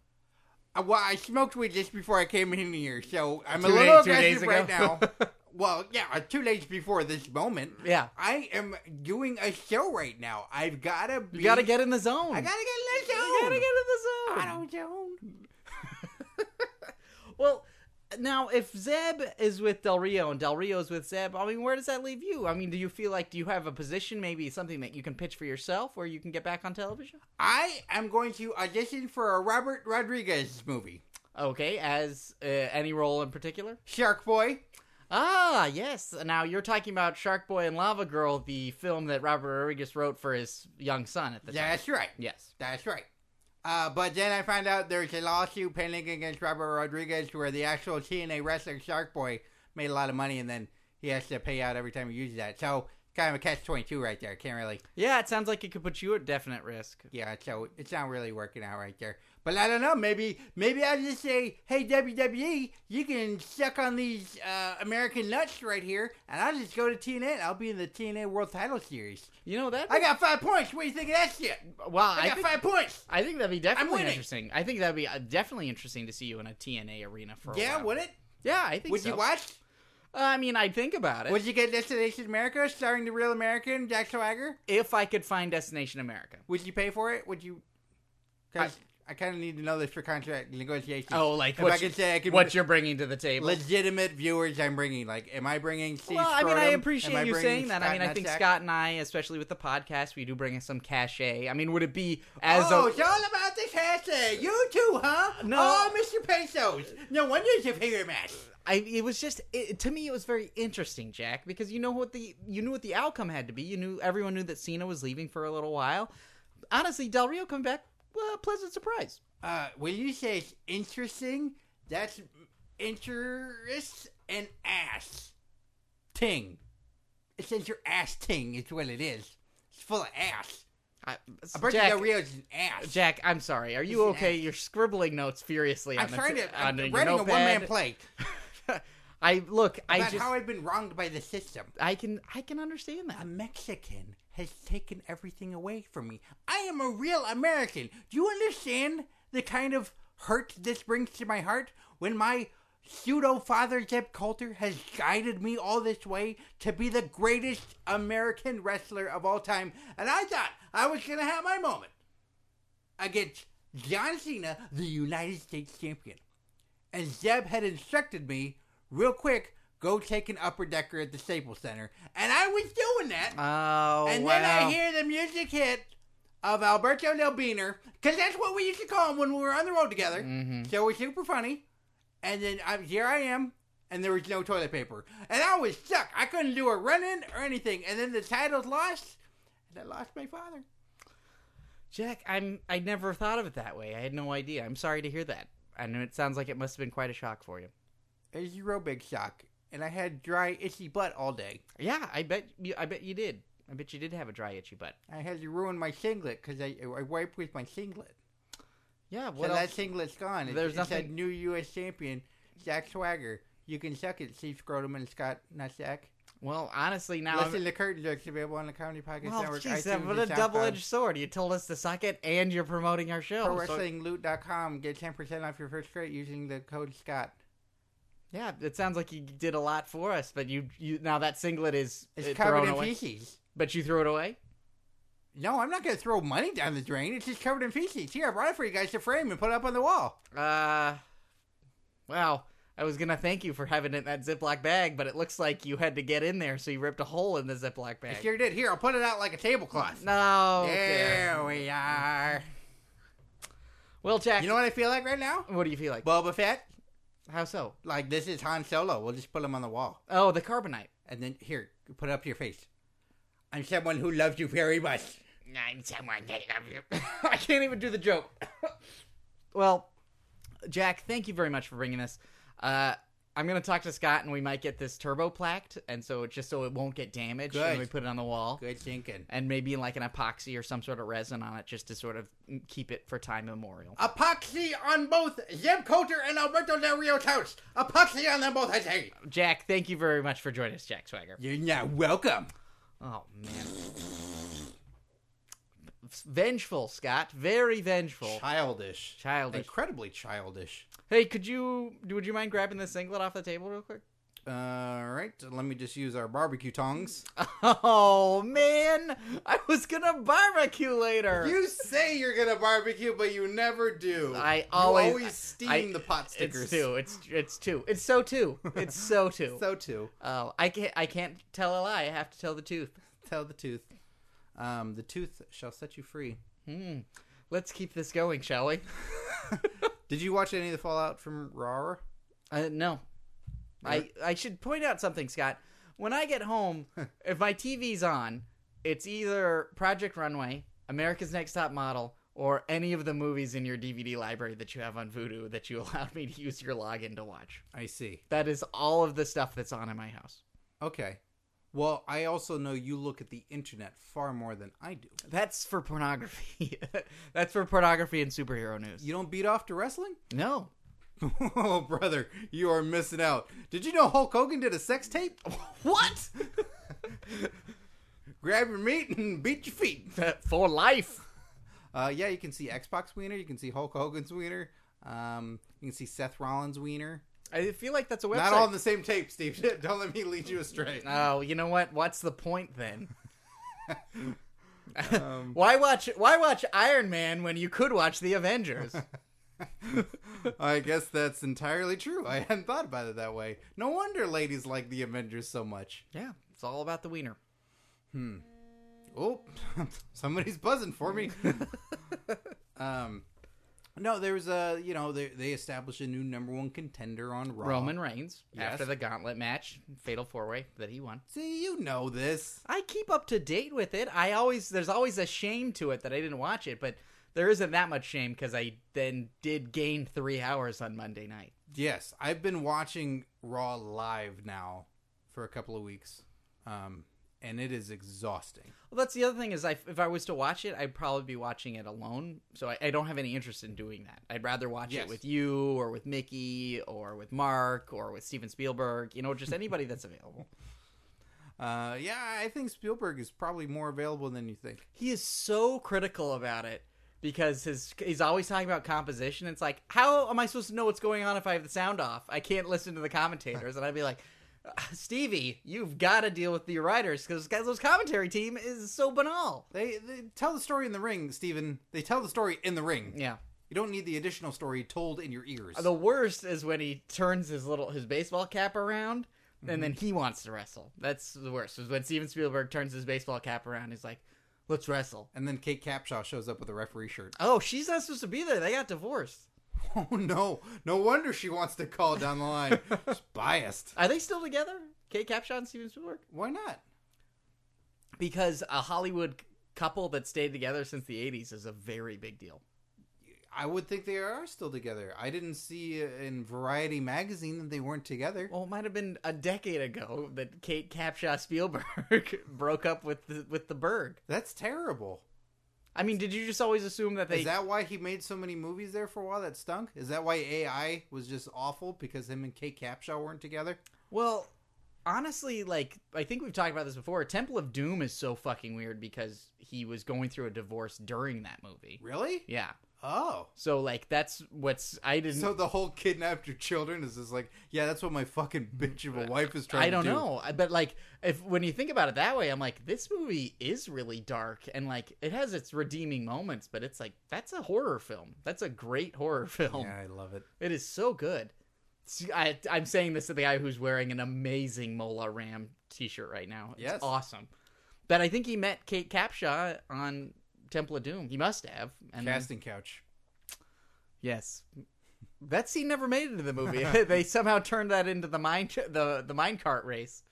[SPEAKER 1] Uh, Well, I smoked weed just before I came in here, so I'm a
[SPEAKER 2] Two
[SPEAKER 1] little
[SPEAKER 2] days- two days
[SPEAKER 1] aggressive right
[SPEAKER 2] ago.
[SPEAKER 1] now. well, yeah, uh, two days before this moment.
[SPEAKER 2] Yeah.
[SPEAKER 1] I am doing a show right now. I've gotta be.
[SPEAKER 2] You got to get in the zone.
[SPEAKER 1] I gotta get in the zone.
[SPEAKER 2] You gotta get in the zone.
[SPEAKER 1] I don't zone.
[SPEAKER 2] Well, now if Zeb is with Del Rio and Del Rio is with Zeb, I mean, where does that leave you? I mean, do you feel like do you have a position, maybe something that you can pitch for yourself, where you can get back on television?
[SPEAKER 1] I am going to audition for a Robert Rodriguez movie,
[SPEAKER 2] Okay, as uh, any role in particular?
[SPEAKER 1] Shark Boy.
[SPEAKER 2] Ah, yes. Now you're talking about Shark Boy and Lava Girl, the film that Robert Rodriguez wrote for his young son at the time.
[SPEAKER 1] That's right.
[SPEAKER 2] Yes.
[SPEAKER 1] That's right. Uh, but then I found out there's a lawsuit pending against Robert Rodriguez where the actual TNA wrestler Shark Boy made a lot of money and then he has to pay out every time he uses that. So kind of a catch twenty two right there. Can't really
[SPEAKER 2] Yeah, it sounds like it could put you at definite risk.
[SPEAKER 1] yeah, so it's not really working out right there. But I don't know, maybe maybe I just say, Hey WWE, you can suck on these uh, American nuts right here and I'll just go to TNA and I'll be in the TNA World Title Series.
[SPEAKER 2] You know that?
[SPEAKER 1] I got five points. What do you think of that shit?
[SPEAKER 2] well,
[SPEAKER 1] I,
[SPEAKER 2] I,
[SPEAKER 1] got
[SPEAKER 2] think,
[SPEAKER 1] five points.
[SPEAKER 2] I think that'd be definitely
[SPEAKER 1] winning.
[SPEAKER 2] interesting. I think that'd be uh, definitely interesting to see you in a TNA arena for a
[SPEAKER 1] Yeah,
[SPEAKER 2] while.
[SPEAKER 1] would it?
[SPEAKER 2] Yeah, I think
[SPEAKER 1] Would
[SPEAKER 2] so. Uh,
[SPEAKER 1] you watch?
[SPEAKER 2] I mean, I'd think about it.
[SPEAKER 1] Would you get Destination America starring the real American Jack Swagger?
[SPEAKER 2] if I could find Destination America.
[SPEAKER 1] Would you pay for it? Would you? Because I, kind of need to know this for contract negotiations.
[SPEAKER 2] Oh, like
[SPEAKER 1] if I
[SPEAKER 2] what, you,
[SPEAKER 1] could say I could
[SPEAKER 2] what you're bringing to the table.
[SPEAKER 1] legitimate viewers I'm bringing. Like, am I bringing? Steve
[SPEAKER 2] well, I mean,
[SPEAKER 1] Scrotum?
[SPEAKER 2] I
[SPEAKER 1] Am I
[SPEAKER 2] appreciate you
[SPEAKER 1] bringing
[SPEAKER 2] saying that. I
[SPEAKER 1] Scott
[SPEAKER 2] mean, I think
[SPEAKER 1] Nutsack?
[SPEAKER 2] Scott and I, especially with the podcast, we do bring in some cachet. I mean, would it be as
[SPEAKER 1] oh,
[SPEAKER 2] a
[SPEAKER 1] it's all about this hashtag. You too, huh?
[SPEAKER 2] No.
[SPEAKER 1] Oh, Mr. Pesos. No wonder it's a figure match.
[SPEAKER 2] I, it was just it, to me it was very interesting, Jack, because you know what the you knew what the outcome had to be. You knew everyone knew that Cena was leaving for a little while. Honestly, Del Rio coming back, well, pleasant surprise.
[SPEAKER 1] Uh, when you say it's interesting, that's interest and ass ting. It says your ass ting. It's what it is. It's full of ass.
[SPEAKER 2] I,
[SPEAKER 1] Alberto
[SPEAKER 2] Jack,
[SPEAKER 1] Del Rio is an ass.
[SPEAKER 2] Jack, I'm sorry. Are you
[SPEAKER 1] He's an
[SPEAKER 2] okay?
[SPEAKER 1] ass.
[SPEAKER 2] You're scribbling notes furiously.
[SPEAKER 1] I'm
[SPEAKER 2] on the-
[SPEAKER 1] trying to. I'm
[SPEAKER 2] on your
[SPEAKER 1] writing a
[SPEAKER 2] notepad.
[SPEAKER 1] one man play
[SPEAKER 2] I look. I
[SPEAKER 1] about
[SPEAKER 2] just.
[SPEAKER 1] how I've been wronged by the system.
[SPEAKER 2] I can. I can understand that.
[SPEAKER 1] A Mexican has taken everything away from me. I am a real American. Do you understand the kind of hurt this brings to my heart when my pseudo father Zeb Coulter has guided me all this way to be the greatest American wrestler of all time? And I thought I was going to have my moment against John Cena, the United States champion. And Zeb had instructed me, real quick, go take an upper decker at the Staples Center. And I was doing that.
[SPEAKER 2] Oh
[SPEAKER 1] and
[SPEAKER 2] wow.
[SPEAKER 1] then I hear the music hit of Alberto Del Beaner, because that's what we used to call him when we were on the road together.
[SPEAKER 2] Mhm.
[SPEAKER 1] So it was super funny. And then I, here I am, and there was no toilet paper. And I was stuck. I couldn't do a run in or anything. And then the title's lost, and I lost my father.
[SPEAKER 2] Jack, I'm. I never thought of it that way. I had no idea. I'm sorry to hear that. I know it sounds like it must have been quite a shock for you.
[SPEAKER 1] It was a real big shock. And I had dry, itchy butt all day.
[SPEAKER 2] Yeah, I bet you. I bet you did. I bet you did have a dry itchy butt.
[SPEAKER 1] I had to ruin my singlet because I, I wiped with my singlet.
[SPEAKER 2] Yeah. What
[SPEAKER 1] so
[SPEAKER 2] else?
[SPEAKER 1] that singlet's gone. It,
[SPEAKER 2] There's
[SPEAKER 1] it said
[SPEAKER 2] nothing-
[SPEAKER 1] new U.S. champion, Zach Swagger. You can suck it, Steve Scrotum and Scott Nutsack.
[SPEAKER 2] Well, honestly, now.
[SPEAKER 1] Listen
[SPEAKER 2] I'm-
[SPEAKER 1] to Curtain Jerks available on the Comedy Podcast
[SPEAKER 2] well,
[SPEAKER 1] Network.
[SPEAKER 2] jeez,
[SPEAKER 1] iTunes,
[SPEAKER 2] that- what a
[SPEAKER 1] and SoundCloud.
[SPEAKER 2] double-edged sword! You told us to suck it, and you're promoting our
[SPEAKER 1] Pro
[SPEAKER 2] show. So-
[SPEAKER 1] WrestlingLoot.com. Get 10% off your first crate using the code SCOTT.
[SPEAKER 2] yeah, it sounds like you did a lot for us, but you, you now that singlet is
[SPEAKER 1] It's
[SPEAKER 2] uh,
[SPEAKER 1] covered
[SPEAKER 2] thrown
[SPEAKER 1] in
[SPEAKER 2] away.
[SPEAKER 1] feces.
[SPEAKER 2] But you threw it away.
[SPEAKER 1] No, I'm not going to throw money down the drain. It's just covered in feces. Here, I brought it for you guys to frame and put up on the wall.
[SPEAKER 2] Uh, wow. I was gonna thank you for having it in that Ziploc bag, but it looks like you had to get in there, so you ripped a hole in the Ziploc
[SPEAKER 1] I
[SPEAKER 2] bag.
[SPEAKER 1] sure did. Here, I'll put it out like a tablecloth.
[SPEAKER 2] No.
[SPEAKER 1] There we are.
[SPEAKER 2] Well, Jack.
[SPEAKER 1] You know what I feel like right now?
[SPEAKER 2] what do you feel like?
[SPEAKER 1] Boba Fett.
[SPEAKER 2] How so?
[SPEAKER 1] Like this is Han Solo. We'll just put him on the wall,
[SPEAKER 2] Oh, the carbonite.
[SPEAKER 1] and then here, put it up to your face. I'm someone who loves you very much.
[SPEAKER 2] I'm someone that loves you. I can't even do the joke. well, Jack, thank you very much for bringing this. Uh, I'm gonna talk to Scott, and we might get this turbo plaqued, and so just so it won't get damaged,
[SPEAKER 1] Good.
[SPEAKER 2] and we put it on the wall.
[SPEAKER 1] Good thinking.
[SPEAKER 2] and maybe like an epoxy or some sort of resin on it just to sort of keep it for time immemorial.
[SPEAKER 1] Epoxy on both Zeb Coulter and Alberto Del Rio's house. Epoxy on them both, I say.
[SPEAKER 2] Jack, thank you very much for joining us, Jack Swagger.
[SPEAKER 1] You're not welcome.
[SPEAKER 2] Oh man. Vengeful, Scott. Very vengeful.
[SPEAKER 1] Childish.
[SPEAKER 2] Childish.
[SPEAKER 1] Incredibly childish.
[SPEAKER 2] Hey, could you would you mind grabbing this singlet off the table real quick?
[SPEAKER 1] All right, let me just use our barbecue tongs.
[SPEAKER 2] Oh man, I was gonna barbecue later.
[SPEAKER 1] You say you're gonna barbecue, but you never do.
[SPEAKER 2] I
[SPEAKER 1] You
[SPEAKER 2] always-
[SPEAKER 1] always steam
[SPEAKER 2] I-
[SPEAKER 1] the pot stickers.
[SPEAKER 2] It's two. It's it's two. It's so two. It's so two.
[SPEAKER 1] So too.
[SPEAKER 2] oh, I can't I can't tell a lie. I have to tell the truth.
[SPEAKER 1] Tell the tooth. Um, the tooth shall set you free.
[SPEAKER 2] Hmm. Let's keep this going, shall we?
[SPEAKER 1] Did you watch any of the Fallout from Raw?
[SPEAKER 2] Uh, no. I, I should point out something, Scott. When I get home, if my TV's on, it's either Project Runway, America's Next Top Model, or any of the movies in your DVD library that you have on Vudu that you allowed me to use your login to watch.
[SPEAKER 1] I see.
[SPEAKER 2] That is all of the stuff that's on in my house.
[SPEAKER 1] Okay. Well, I also know you look at the internet far more than I do.
[SPEAKER 2] That's for pornography. that's for pornography and superhero news.
[SPEAKER 1] You don't beat off to wrestling?
[SPEAKER 2] No.
[SPEAKER 1] oh, brother, you are missing out. Did you know Hulk Hogan did a sex tape?
[SPEAKER 2] What?
[SPEAKER 1] Grab your meat and beat your feet.
[SPEAKER 2] for life.
[SPEAKER 1] Uh, yeah, you can see Xbox Wiener. You can see Hulk Hogan's Wiener. Um, you can see Seth Rollins Wiener.
[SPEAKER 2] I feel like that's a website.
[SPEAKER 1] Not all on the same tape, Steve. Don't let me lead you astray.
[SPEAKER 2] Oh, you know what? What's the point then?
[SPEAKER 1] Um,
[SPEAKER 2] Why watch why watch Iron Man when you could watch The Avengers?
[SPEAKER 1] I guess that's entirely true. I hadn't thought about it that way. No wonder ladies like the Avengers so much.
[SPEAKER 2] yeah, it's all about the wiener.
[SPEAKER 1] Oh, somebody's buzzing for me. um, no, there was a you know they they established a new number one contender on Raw.
[SPEAKER 2] Roman Reigns
[SPEAKER 1] Yes.
[SPEAKER 2] after the gauntlet match, fatal four way that he won.
[SPEAKER 1] See, you know this.
[SPEAKER 2] I keep up to date with it. I always there's always a shame to it that I didn't watch it, but there isn't that much shame because I then did gain three hours on Monday night.
[SPEAKER 1] Yes, I've been watching Raw live now for a couple of weeks, um, and it is exhausting.
[SPEAKER 2] Well, that's the other thing is I, if I was to watch it, I'd probably be watching it alone. So I, I don't have any interest in doing that. I'd rather watch
[SPEAKER 1] Yes.
[SPEAKER 2] it with you or with Mickey or with Mark or with Steven Spielberg. You know, just anybody that's available.
[SPEAKER 1] Uh, yeah, I think Spielberg is probably more available than you think.
[SPEAKER 2] He is so critical about it because his he's always talking about composition. It's like, how am I supposed to know what's going on if I have the sound off? I can't listen to the commentators, and I'd be like. "Uh, Stevie, you've got to deal with the writers because those commentary team is so banal.
[SPEAKER 1] They, they tell the story in the ring, Stephen. They tell the story in the ring.
[SPEAKER 2] Yeah.
[SPEAKER 1] You don't need the additional story told in your ears.
[SPEAKER 2] Uh, The worst is when he turns his little his baseball cap around and then he wants to wrestle. That's the worst. Is when Steven Spielberg turns his baseball cap around, he's like, "Let's wrestle."
[SPEAKER 1] And then Kate Capshaw shows up with a referee shirt.
[SPEAKER 2] Oh, she's not supposed to be there. They got divorced.
[SPEAKER 1] Oh no! No wonder she wants to call down the line. She's biased.
[SPEAKER 2] Are they still together? Kate Capshaw and Steven Spielberg?
[SPEAKER 1] Why not?
[SPEAKER 2] Because a Hollywood couple that stayed together since the 80s is a very big deal.
[SPEAKER 1] I would think they are still together. I didn't see in Variety magazine that they weren't together.
[SPEAKER 2] Well, it might have been a decade ago that Kate Capshaw Spielberg broke up with the, with the Berg.
[SPEAKER 1] That's terrible.
[SPEAKER 2] I mean, did you just always assume that they
[SPEAKER 1] Is that why he made so many movies there for a while that stunk? Is that why AI was just awful because him and Kate Capshaw weren't together?
[SPEAKER 2] Well, honestly, like I think we've talked about this before. Temple of Doom is so fucking weird because he was going through a divorce during that movie.
[SPEAKER 1] Really?
[SPEAKER 2] Yeah.
[SPEAKER 1] Oh.
[SPEAKER 2] So like that's what's I didn't
[SPEAKER 1] So the whole kidnapped your children is just like, yeah, that's what my fucking bitch of a wife is trying to
[SPEAKER 2] Uh, I don't
[SPEAKER 1] do.
[SPEAKER 2] know. I- But like if when you think about it that way, I'm like this movie is really dark and like it has its redeeming moments, but it's like that's a horror film. That's a great horror film.
[SPEAKER 1] Yeah, I love it.
[SPEAKER 2] It is so good. See, I, I'm saying this to the guy who's wearing an amazing Mola Ram t-shirt right now. It's
[SPEAKER 1] Yes.
[SPEAKER 2] awesome. But I think he met Kate Capshaw on Temple of Doom. He must have. And then-
[SPEAKER 1] Casting couch.
[SPEAKER 2] yes, that scene never made it into the movie. they somehow turned that into the mine the the mine cart race.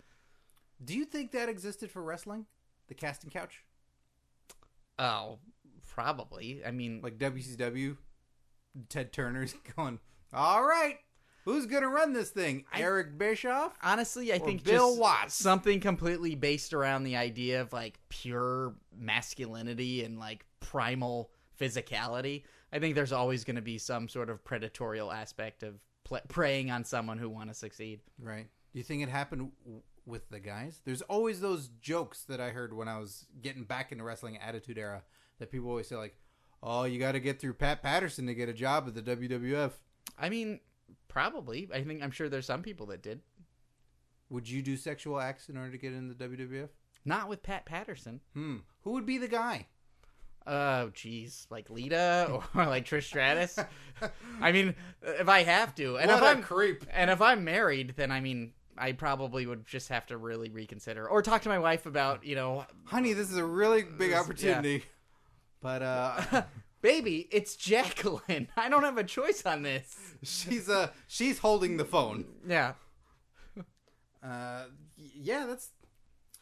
[SPEAKER 1] Do you think that existed for wrestling? The casting couch?
[SPEAKER 2] Oh, probably. I mean,
[SPEAKER 1] Like WCW, Ted Turner's going, all right, who's going to run this thing? Eric Bischoff?
[SPEAKER 2] honestly, I think
[SPEAKER 1] Bill
[SPEAKER 2] just
[SPEAKER 1] Watts.
[SPEAKER 2] something completely based around the idea of like pure masculinity and like primal physicality. I think there's always going to be some sort of predatorial aspect of ple- preying on someone who want to succeed.
[SPEAKER 1] Right. Do you think it happened w- with the guys? There's always those jokes that I heard when I was getting back into wrestling Attitude Era that people always say, like, oh, you got to get through Pat Patterson to get a job at the WWF.
[SPEAKER 2] I mean, probably. I think I'm sure there's some people that did.
[SPEAKER 1] Would you do sexual acts in order to get into the WWF?
[SPEAKER 2] Not with Pat Patterson.
[SPEAKER 1] Hmm. Who would be the guy?
[SPEAKER 2] Oh, jeez, like Lita or like Trish Stratus. I mean, if I have to, and if
[SPEAKER 1] What a
[SPEAKER 2] I'm
[SPEAKER 1] creep.
[SPEAKER 2] and if I'm married, then I mean, I probably would just have to really reconsider or talk to my wife about, you know,
[SPEAKER 1] Honey, this is a really big
[SPEAKER 2] This-
[SPEAKER 1] opportunity. But uh,
[SPEAKER 2] baby, it's Jacqueline. I don't have a choice on this.
[SPEAKER 1] she's uh, she's holding the phone.
[SPEAKER 2] Yeah,
[SPEAKER 1] uh, yeah, that's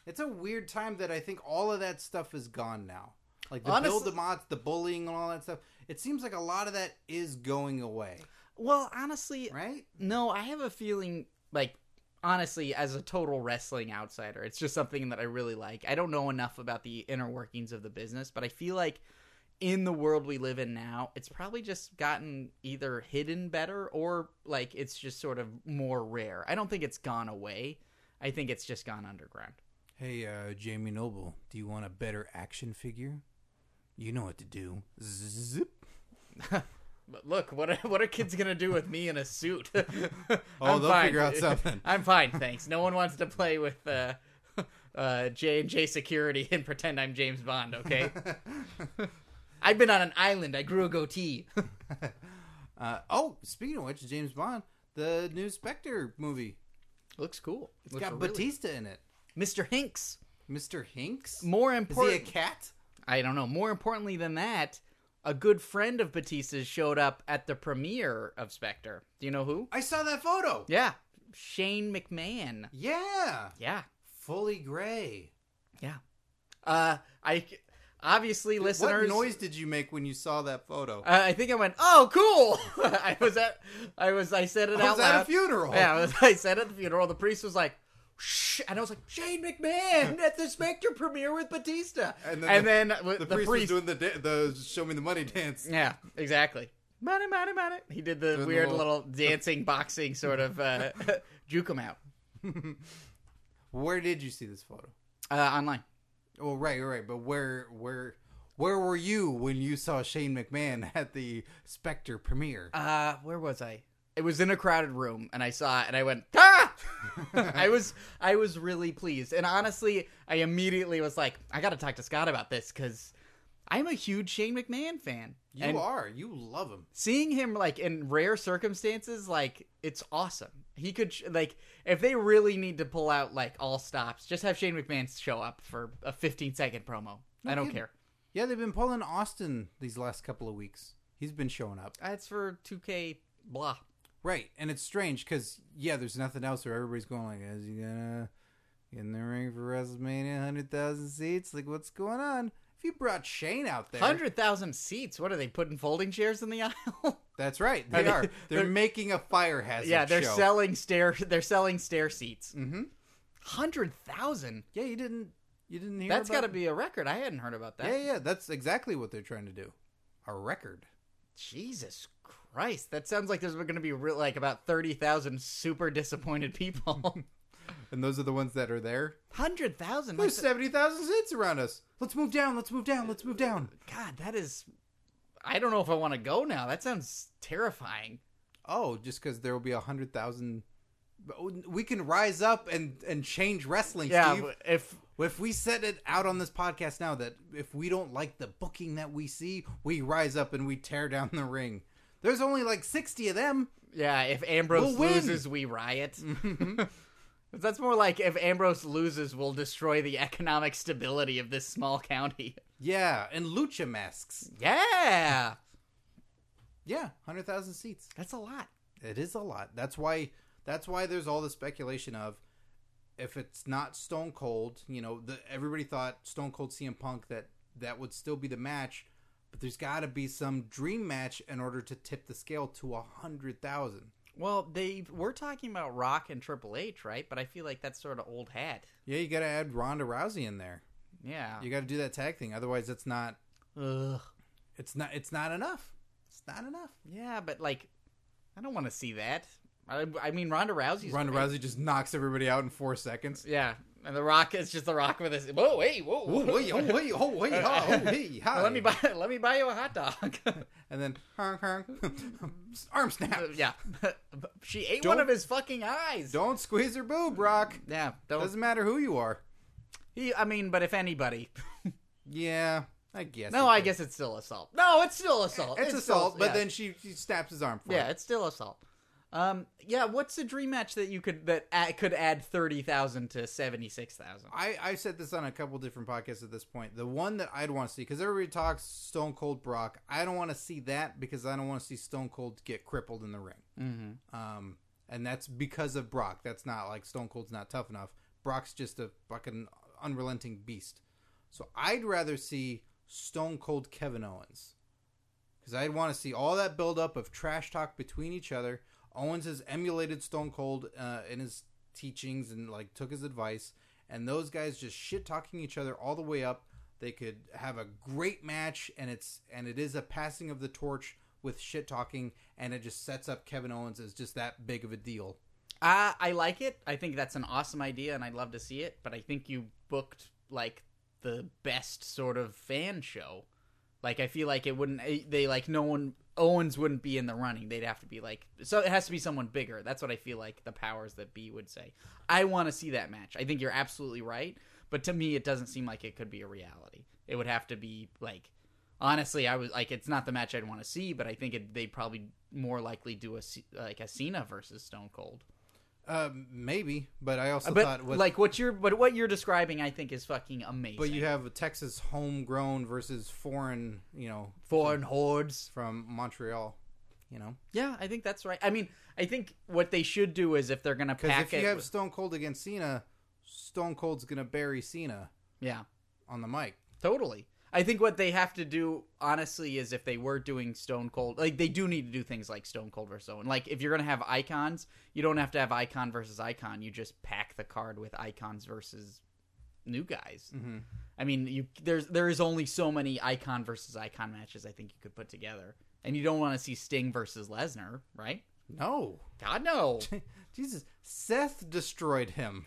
[SPEAKER 1] it's a weird time that I think all of that stuff is gone now. Like the
[SPEAKER 2] Honest-
[SPEAKER 1] build the mods, the bullying, and all that stuff. It seems like a lot of that is going away,
[SPEAKER 2] Well, honestly,
[SPEAKER 1] right?
[SPEAKER 2] no, I have a feeling like honestly as a total wrestling outsider, it's just something that I really like. I don't know enough about the inner workings of the business, but I feel like in the world we live in now, it's probably just gotten either hidden better or like it's just sort of more rare. I don't think it's gone away. I think it's just gone underground.
[SPEAKER 1] Hey, uh, Jamie Noble, do you want a better action figure? You know what to do. Zip.
[SPEAKER 2] But look, what are, what are kids gonna do with me in a suit? oh,
[SPEAKER 1] they'll figure out something.
[SPEAKER 2] I'm fine, thanks. No one wants to play with uh, uh, J and J security and pretend I'm James Bond. Okay, I've been on an island. I grew a goatee.
[SPEAKER 1] Uh, oh, speaking of which, James Bond, the new Spectre movie.
[SPEAKER 2] Looks cool.
[SPEAKER 1] It's got Batista in it.
[SPEAKER 2] Mr. Hinks.
[SPEAKER 1] Mr. Hinks?
[SPEAKER 2] More
[SPEAKER 1] Is he a
[SPEAKER 2] important,
[SPEAKER 1] cat?
[SPEAKER 2] I don't know. More importantly than that, a good friend of Batista's showed up at the premiere of Spectre. Do you know who?
[SPEAKER 1] I saw that photo.
[SPEAKER 2] Yeah, Shane McMahon.
[SPEAKER 1] Yeah.
[SPEAKER 2] Yeah.
[SPEAKER 1] Fully gray.
[SPEAKER 2] Yeah. Uh, I obviously listeners.
[SPEAKER 1] What noise did you make when you saw that photo?
[SPEAKER 2] Uh, I think I went, oh, cool! I was at, I was, I said it
[SPEAKER 1] I
[SPEAKER 2] out
[SPEAKER 1] was
[SPEAKER 2] loud.
[SPEAKER 1] at a funeral.
[SPEAKER 2] Yeah, I, was, I said it at the funeral. The priest was like, shh, and I was like, Shane McMahon at the Spectre premiere with Batista.
[SPEAKER 1] And
[SPEAKER 2] And
[SPEAKER 1] then
[SPEAKER 2] then, w-
[SPEAKER 1] The,
[SPEAKER 2] the,
[SPEAKER 1] priest,
[SPEAKER 2] priest,
[SPEAKER 1] was doing the da- the show me the money dance.
[SPEAKER 2] yeah, exactly. Money, money, money. He did the
[SPEAKER 1] the
[SPEAKER 2] weird
[SPEAKER 1] little-
[SPEAKER 2] little dancing, boxing sort of uh, juke him out
[SPEAKER 1] Where did you see this photo?
[SPEAKER 2] uh, online.
[SPEAKER 1] Oh, right, right. But where, where, where were you when you saw Shane McMahon at the Spectre premiere?
[SPEAKER 2] uh where was i it was in a crowded room and i saw it and i went ah i was i was really pleased and honestly i immediately was like i gotta talk to scott about this because i'm a huge shane mcmahon fan
[SPEAKER 1] you
[SPEAKER 2] and
[SPEAKER 1] are. You love him.
[SPEAKER 2] seeing him like in rare circumstances like it's awesome he could sh- like if they really need to pull out like all stops just have shane mcmahon show up for a 15 second promo i don't
[SPEAKER 1] kidding.
[SPEAKER 2] care
[SPEAKER 1] Yeah, they've been pulling Austin these last couple of weeks. He's been showing up.
[SPEAKER 2] that's for 2k blah
[SPEAKER 1] Right, and it's strange because yeah, there's nothing else where everybody's going like, "Is he gonna get in the ring for WrestleMania? Hundred thousand seats? Like, what's going on?" If you brought Shane out there,
[SPEAKER 2] 100000 seats what are they putting folding chairs in the aisle
[SPEAKER 1] that's right,
[SPEAKER 2] I
[SPEAKER 1] they
[SPEAKER 2] mean,
[SPEAKER 1] are. They're,
[SPEAKER 2] they're-
[SPEAKER 1] making a fire hazard.
[SPEAKER 2] Yeah, they're
[SPEAKER 1] show.
[SPEAKER 2] selling stair. They're selling stair seats.
[SPEAKER 1] Mhm.
[SPEAKER 2] Hundred thousand.
[SPEAKER 1] Yeah, you didn't. You didn't hear.
[SPEAKER 2] That's
[SPEAKER 1] about-
[SPEAKER 2] got to be a record. I hadn't heard about that.
[SPEAKER 1] Yeah, yeah, that's exactly what they're trying to do. A record.
[SPEAKER 2] Jesus Christ, that sounds like there's going to be real, like about thirty thousand super disappointed people.
[SPEAKER 1] And those are the ones that are there.
[SPEAKER 2] Hundred thousand.
[SPEAKER 1] There's seventy thousand seats around us. Let's move down. Let's move down. Let's move down.
[SPEAKER 2] God, that is. I don't know if I want to go now. That sounds terrifying.
[SPEAKER 1] Oh, just because there will be a hundred thousand. We can rise up and and change wrestling,
[SPEAKER 2] Yeah,
[SPEAKER 1] Steve.
[SPEAKER 2] if
[SPEAKER 1] If we set it out on this podcast now that if we don't like the booking that we see, we rise up and we tear down the ring. There's only like sixty of them.
[SPEAKER 2] yeah, if
[SPEAKER 1] We'll
[SPEAKER 2] Ambrose
[SPEAKER 1] win. Mm-hmm.
[SPEAKER 2] loses, we riot. That's more like if Ambrose loses, we'll destroy the economic stability of this small county.
[SPEAKER 1] Yeah, and lucha masks.
[SPEAKER 2] Yeah.
[SPEAKER 1] Yeah, hundred thousand seats.
[SPEAKER 2] That's a lot.
[SPEAKER 1] It is a lot. That's why. That's why there's all the speculation of if it's not Stone Cold. You know, the, everybody thought Stone Cold CM Punk that that would still be the match, but there's got to be some dream match in order to tip the scale to a hundred thousand.
[SPEAKER 2] Well, they we're talking about Rock and Triple H, right? But I feel like that's sort of old hat.
[SPEAKER 1] Yeah, you got to add Ronda Rousey in there.
[SPEAKER 2] Yeah.
[SPEAKER 1] You got to do that tag thing. Otherwise, it's not.
[SPEAKER 2] Ugh.
[SPEAKER 1] It's not. It's not enough. It's not enough.
[SPEAKER 2] Yeah, but like, I don't want to see that. I, I mean, Ronda Rousey's
[SPEAKER 1] Ronda
[SPEAKER 2] great.
[SPEAKER 1] Rousey just knocks everybody out in four seconds.
[SPEAKER 2] Yeah, and the Rock is just the Rock with his. Whoa, hey, whoa,
[SPEAKER 1] Oh, wait, oh, wait, oh, wait, oh, hey, hi.
[SPEAKER 2] let me buy. Let me buy you a hot dog. Uh,
[SPEAKER 1] And then, honk, honk, arm snap.
[SPEAKER 2] Mm-hmm. Oh, yeah, she ate
[SPEAKER 1] Don't-
[SPEAKER 2] one of his fucking eyes.
[SPEAKER 1] Don't squeeze her boob, Rock.
[SPEAKER 2] Yeah, don't.
[SPEAKER 1] Doesn't matter who you are.
[SPEAKER 2] he, I mean, but if anybody,
[SPEAKER 1] Yeah, I guess.
[SPEAKER 2] no,
[SPEAKER 1] it
[SPEAKER 2] I
[SPEAKER 1] could-
[SPEAKER 2] guess it's still assault. No, it's still assault.
[SPEAKER 1] it's,
[SPEAKER 2] still-
[SPEAKER 1] assault. But
[SPEAKER 2] yeah.
[SPEAKER 1] then she, she snaps his arm. For
[SPEAKER 2] Yeah,
[SPEAKER 1] it.
[SPEAKER 2] it's still assault. Um, yeah. What's the dream match that you could that a could add thirty thousand to seventy six thousand?
[SPEAKER 1] I I said this on a couple different podcasts at this point. The one that I'd want to see because everybody talks Stone Cold Brock. I don't want to see that because I don't want to see Stone Cold get crippled in the ring.
[SPEAKER 2] Mm-hmm.
[SPEAKER 1] Um, and that's because of Brock. That's not like Stone Cold's not tough enough. Brock's just a fucking unrelenting beast. So I'd rather see Stone Cold Kevin Owens. Because I'd want to see all that buildup of trash talk between each other. Owens has emulated Stone Cold uh, in his teachings and like took his advice, and those guys just shit talking each other all the way up. They could have a great match, and it's and it is a passing of the torch with shit talking, and it just sets up Kevin Owens as just that big of a deal.
[SPEAKER 2] Uh, I like it. I think that's an awesome idea, and I'd love to see it. But I think you booked like the best sort of fan show. Like I feel like it wouldn't. eh, They like no one. Owens wouldn't be in the running. They'd have to be like. So it has to be someone bigger. That's what I feel like the powers that be would say. I want to see that match. I think you're absolutely right. But to me, it doesn't seem like it could be a reality. It would have to be like. Honestly, I was like, it's not the match I'd want to see, but I think it, they'd probably more likely do a C- like a Cena versus Stone Cold.
[SPEAKER 1] Um, maybe, but I also
[SPEAKER 2] but
[SPEAKER 1] thought with,
[SPEAKER 2] like what you're but what you're describing i think is fucking amazing
[SPEAKER 1] but you have Texas homegrown versus foreign, you know,
[SPEAKER 2] foreign hordes
[SPEAKER 1] from Montreal, you know.
[SPEAKER 2] yeah i think that's right i mean i think what they should do is if they're gonna
[SPEAKER 1] Because
[SPEAKER 2] pack
[SPEAKER 1] if you
[SPEAKER 2] it
[SPEAKER 1] have
[SPEAKER 2] with-
[SPEAKER 1] Stone Cold against Cena, Stone Cold's gonna bury Cena
[SPEAKER 2] yeah
[SPEAKER 1] on the mic.
[SPEAKER 2] totally i think what they have to do honestly is if they were doing stone cold like they do need to do things like stone cold versus owen like if you're gonna have icons you don't have to have icon versus icon you just pack the card with icons versus new guys
[SPEAKER 1] Mhm.
[SPEAKER 2] I mean, you there's there is only so many icon versus icon matches I think you could put together, and you don't want to see Sting versus Lesnar, right?
[SPEAKER 1] No,
[SPEAKER 2] God no.
[SPEAKER 1] Jesus, Seth destroyed him.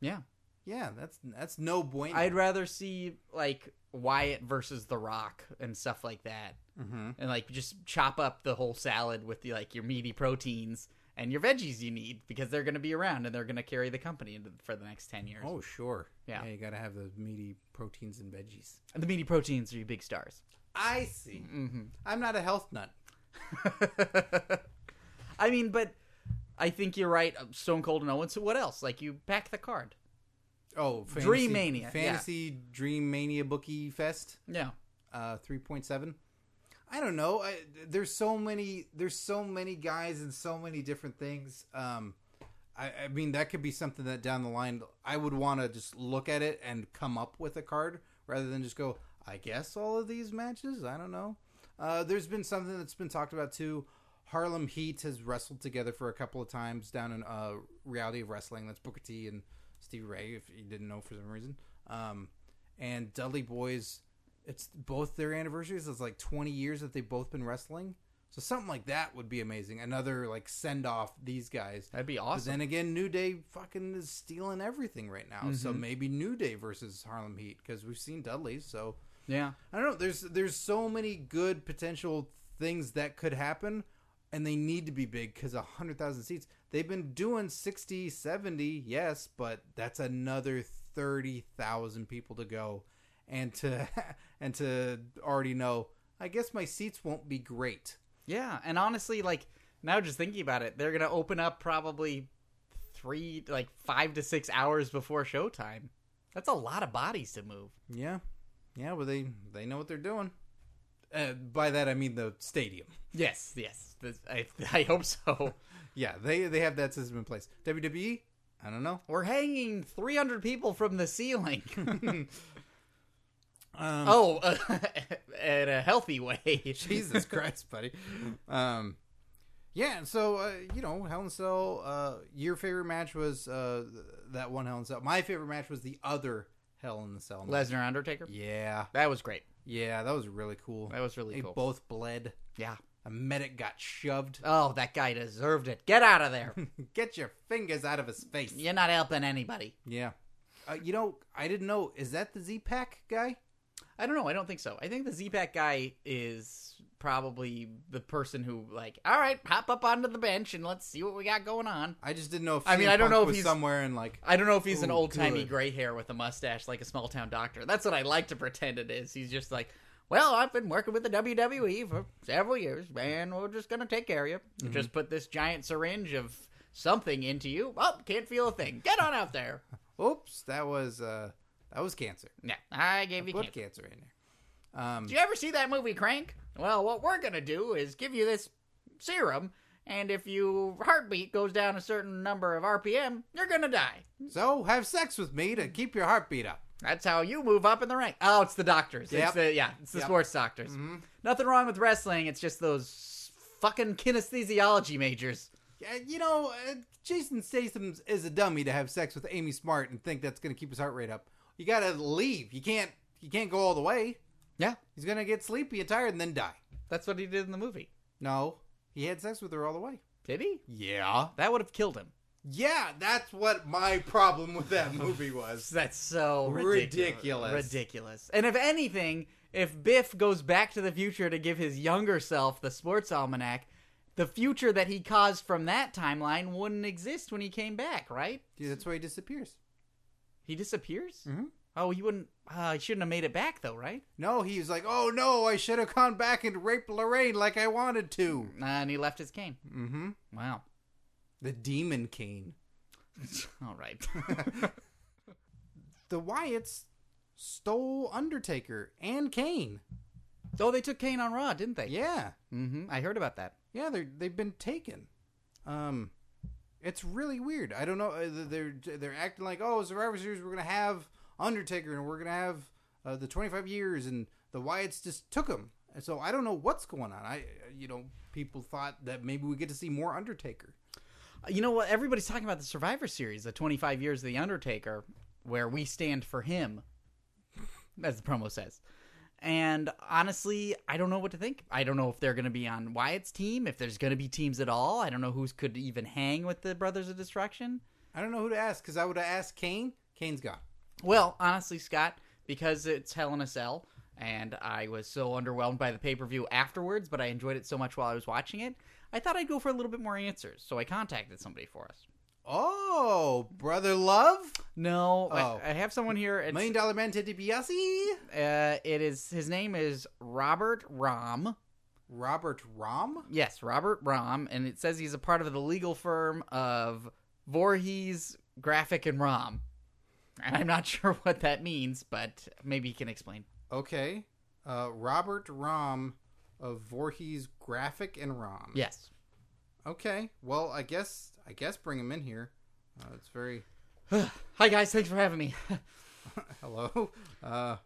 [SPEAKER 2] yeah,
[SPEAKER 1] Yeah, that's that's no bueno.
[SPEAKER 2] I'd rather see like Wyatt versus The Rock and stuff like that,
[SPEAKER 1] hmm
[SPEAKER 2] and like just chop up the whole salad with the, like your meaty proteins and your veggies you need because they're going to be around and they're going to carry the company into, for the next ten years.
[SPEAKER 1] Oh sure,
[SPEAKER 2] Yeah.
[SPEAKER 1] you gotta have the meaty proteins and veggies.
[SPEAKER 2] And the meaty proteins are your big stars.
[SPEAKER 1] I see.
[SPEAKER 2] Mm-hmm.
[SPEAKER 1] I'm not a health nut.
[SPEAKER 2] I mean, but I think you're right. Stone Cold and Owens. So what else? Like you pack the card.
[SPEAKER 1] Oh, fantasy,
[SPEAKER 2] Dream Mania, yeah.
[SPEAKER 1] fantasy Dream Mania bookie fest.
[SPEAKER 2] Yeah.
[SPEAKER 1] uh, 3.7 i don't know I, there's so many there's so many guys and so many different things um I, I mean that could be something that down the line i would want to just look at it and come up with a card rather than just go i guess all of these matches i don't know uh, there's been something that's been talked about too harlem heat has wrestled together for a couple of times down in uh, reality of wrestling that's booker t and stevie ray if you didn't know for some reason um, and dudley boys it's both their anniversaries. It's like 20 years that they've both been wrestling. So something like that would be amazing. Another like send off these guys.
[SPEAKER 2] That'd be
[SPEAKER 1] But
[SPEAKER 2] awesome.
[SPEAKER 1] then again, New Day fucking is stealing everything right now. So maybe New Day versus Harlem Heat because we've seen Dudley's. So
[SPEAKER 2] yeah.
[SPEAKER 1] I don't know. There's there's so many good potential things that could happen, and they need to be big because hundred thousand seats. They've been doing 60, 70, yes, but that's another thirty thousand people to go, and to and to already know. I guess my seats won't be great.
[SPEAKER 2] Yeah. And honestly, like now just thinking about it, they're gonna open up probably three, like five to six hours before showtime. That's a lot of bodies to move.
[SPEAKER 1] Yeah, yeah, well they they know what they're doing. Uh, by that I mean the stadium.
[SPEAKER 2] Yes. Yes. This- I, I hope so.
[SPEAKER 1] Yeah, they they have that system in place. WWE, I don't know.
[SPEAKER 2] We're hanging 300 people from the ceiling.
[SPEAKER 1] Um,
[SPEAKER 2] oh, uh, in a healthy way.
[SPEAKER 1] Jesus Christ, buddy. Um, yeah, and so uh, you know, Hell in a Cell. Uh, your favorite match was uh, th- that one Hell in a Cell. My favorite match was the other Hell in the Cell. match.
[SPEAKER 2] Lesnar Undertaker.
[SPEAKER 1] Yeah,
[SPEAKER 2] That was great.
[SPEAKER 1] yeah, that was really cool.
[SPEAKER 2] That was really
[SPEAKER 1] they
[SPEAKER 2] cool.
[SPEAKER 1] both bled.
[SPEAKER 2] yeah.
[SPEAKER 1] A medic got shoved.
[SPEAKER 2] Oh, that guy deserved it. Get out of there.
[SPEAKER 1] Get your fingers out of his face.
[SPEAKER 2] You're not helping anybody.
[SPEAKER 1] Yeah. Uh, you know, I didn't know. Is that the Z Pack guy?
[SPEAKER 2] I don't know. I don't think so. I think the Z-Pack guy is probably the person who, like, all right, hop up onto the bench and let's see what we got going on.
[SPEAKER 1] I just didn't know. If
[SPEAKER 2] I mean,
[SPEAKER 1] CM
[SPEAKER 2] I don't
[SPEAKER 1] Punk
[SPEAKER 2] know if
[SPEAKER 1] was
[SPEAKER 2] he's-
[SPEAKER 1] somewhere and like.
[SPEAKER 2] I don't know if he's an
[SPEAKER 1] Ooh,
[SPEAKER 2] old timey
[SPEAKER 1] good.
[SPEAKER 2] gray hair with a mustache like a small town doctor. That's what I like to pretend it is. He's just like, well, I've been working with the WWE for several years, man. We're just gonna take care of you. Just
[SPEAKER 1] Mm-hmm.
[SPEAKER 2] put this giant syringe of something into you. Oh, can't feel a thing. Get on out there.
[SPEAKER 1] Oops, that was uh, that was cancer.
[SPEAKER 2] Yeah, I gave you
[SPEAKER 1] Blood
[SPEAKER 2] cancer.
[SPEAKER 1] cancer in there. Um,
[SPEAKER 2] Did you ever see that movie Crank? Well, what we're gonna do is give you this serum, and if your heartbeat goes down a certain number of RPM, you're gonna die.
[SPEAKER 1] So have sex with me to keep your heartbeat up.
[SPEAKER 2] That's how you move up in the rank. Oh, it's the doctors.
[SPEAKER 1] Yep.
[SPEAKER 2] It's the, yeah, it's the
[SPEAKER 1] Yep.
[SPEAKER 2] sports doctors. Nothing wrong with wrestling. It's just those fucking kinesthesiology majors.
[SPEAKER 1] Uh, you know, uh, Jason Statham is a dummy to have sex with Amy Smart and think that's going to keep his heart rate up. You got to leave. You can't. You can't go all the way.
[SPEAKER 2] Yeah,
[SPEAKER 1] He's going to get sleepy and tired and then die.
[SPEAKER 2] that's what he did in the movie.
[SPEAKER 1] No, he had sex with her all the way.
[SPEAKER 2] Did he?
[SPEAKER 1] Yeah.
[SPEAKER 2] That would have killed him.
[SPEAKER 1] Yeah, that's what my problem with that movie was.
[SPEAKER 2] That's so
[SPEAKER 1] Ridiculous.
[SPEAKER 2] ridiculous. Ridiculous. And if anything, if Biff goes back to the future to give his younger self the sports almanac, the future that he caused from that timeline wouldn't exist when he came back, right?
[SPEAKER 1] Dude, that's why he disappears.
[SPEAKER 2] He disappears?
[SPEAKER 1] Mhm.
[SPEAKER 2] Oh, he wouldn't. Uh, he shouldn't have made it back, though, right?
[SPEAKER 1] No, he's like, oh no, I should have gone back and raped Lorraine like I wanted to.
[SPEAKER 2] Uh, and he left his cane.
[SPEAKER 1] Mm-hmm.
[SPEAKER 2] Wow.
[SPEAKER 1] The demon cane.
[SPEAKER 2] All right.
[SPEAKER 1] The Wyatts stole Undertaker and Kane.
[SPEAKER 2] oh, they took Kane on Raw, didn't they?
[SPEAKER 1] Yeah.
[SPEAKER 2] Mm-hmm. I heard about that.
[SPEAKER 1] Yeah, they they've been taken. Um, it's really weird. I don't know. uh, They're they're acting like oh Survivor Series we're gonna have Undertaker and we're gonna have uh, the 25 years and the Wyatts just took him. And So I don't know what's going on. I you know people thought that maybe we get to see more Undertaker.
[SPEAKER 2] You know what? Everybody's talking about the Survivor Series, the 25 years of The Undertaker, where we stand for him, as the promo says. And honestly, I don't know what to think. I don't know if they're going to be on Wyatt's team, if there's going to be teams at all. I don't know who's could even hang with the Brothers of Destruction.
[SPEAKER 1] I don't know who to ask because I would have asked Kane. Kane's gone.
[SPEAKER 2] Well, honestly, Scott, because it's Hell in a Cell, and I was so underwhelmed by the pay per view afterwards, but I enjoyed it so much while I was watching it, I thought I'd go for a little bit more answers. So I contacted somebody for us.
[SPEAKER 1] Oh, brother love,
[SPEAKER 2] No,
[SPEAKER 1] Oh.
[SPEAKER 2] I, I have someone here. It's,
[SPEAKER 1] million dollar man Ted DiBiase,
[SPEAKER 2] uh, it is his name is Robert Rom.
[SPEAKER 1] Robert Rom.
[SPEAKER 2] Yes, Robert Rom, and it says he's a part of the legal firm of Voorhees Graphic and Rom. And I'm not sure what that means, but maybe he can explain.
[SPEAKER 1] Okay, uh, Robert Rom of Voorhees Graphic and Rom.
[SPEAKER 2] Yes.
[SPEAKER 1] Okay. Well, I guess I guess bring him in here. Uh, it's very
[SPEAKER 2] Hi guys, thanks for having me.
[SPEAKER 1] hello. Uh,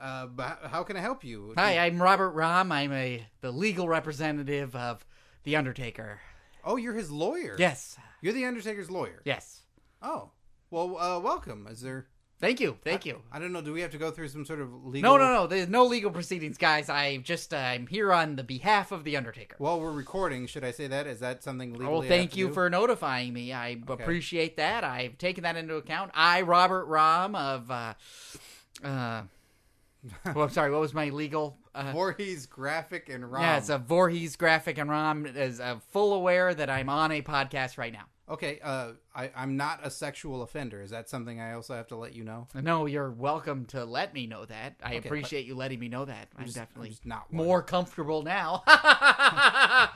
[SPEAKER 1] uh, but h- how can I help you?
[SPEAKER 2] Hi, I'm Robert Rom. I'm a the legal representative of the Undertaker.
[SPEAKER 1] Oh, you're his lawyer.
[SPEAKER 2] Yes,
[SPEAKER 1] You're the Undertaker's lawyer.
[SPEAKER 2] yes.
[SPEAKER 1] Oh. Well, uh, welcome. Is there?
[SPEAKER 2] Thank you, thank you.
[SPEAKER 1] I don't know. Do we have to go through some sort of legal?
[SPEAKER 2] No, no, no. There's no legal proceedings, guys. I just uh, I'm here on the behalf of the Undertaker.
[SPEAKER 1] While we're recording, should I say that? Is that something legal?
[SPEAKER 2] Well, thank you for notifying me. I appreciate that. I've taken that into account. I, Robert Rom of, uh, uh, well, sorry, what was my legal? Uh,
[SPEAKER 1] Voorhees Graphic and Rom.
[SPEAKER 2] yeah, it's a Voorhees graphic and Rom is uh, full aware that I'm on a podcast right now.
[SPEAKER 1] okay. Uh, I, I'm not a sexual offender. Is that something I also have to let you know?
[SPEAKER 2] No, you're welcome to let me know that. I
[SPEAKER 1] but-
[SPEAKER 2] appreciate you letting me know that. I'm
[SPEAKER 1] just- I'm
[SPEAKER 2] definitely
[SPEAKER 1] just not one.
[SPEAKER 2] more comfortable now.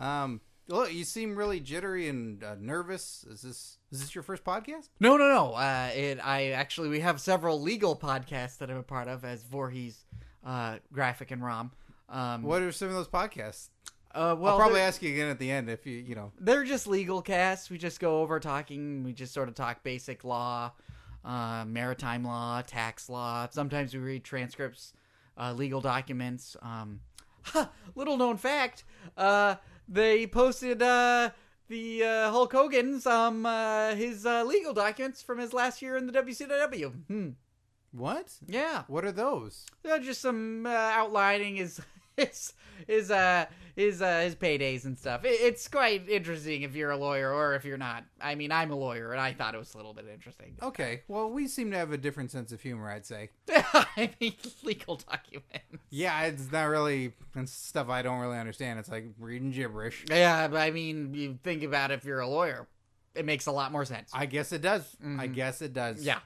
[SPEAKER 1] Um, look, you seem really jittery and uh, nervous. Is this is this your first podcast?
[SPEAKER 2] no, no, no. Uh, it. I actually we have several legal podcasts that I'm a part of as Voorhees, uh, graphic and Rom. Um,
[SPEAKER 1] What are some of those podcasts?
[SPEAKER 2] Uh, well,
[SPEAKER 1] I'll probably
[SPEAKER 2] they're,
[SPEAKER 1] ask you again at the end if you you know.
[SPEAKER 2] they're just legal casts. We just go over talking. We just sort of talk basic law, uh, maritime law, tax law. Sometimes we read transcripts, uh, legal documents. Um, little known fact: uh, they posted uh, the uh, Hulk Hogan's um, uh, his uh, legal documents from his last year in the WCW. Hmm.
[SPEAKER 1] What?
[SPEAKER 2] Yeah.
[SPEAKER 1] What are those?
[SPEAKER 2] Uh, just some uh, outlining his his his uh his uh his paydays and stuff. It, it's quite interesting if you're a lawyer or if you're not. I mean, I'm a lawyer and I thought it was a little bit interesting.
[SPEAKER 1] Okay. Well, we seem to have a different sense of humor, I'd say.
[SPEAKER 2] I mean, legal documents.
[SPEAKER 1] Yeah, it's not really it's stuff I don't really understand. It's like reading gibberish.
[SPEAKER 2] Yeah, but I mean, you think about if you're a lawyer, it makes a lot more sense.
[SPEAKER 1] I guess it does. I guess it does.
[SPEAKER 2] Mm-hmm. yeah.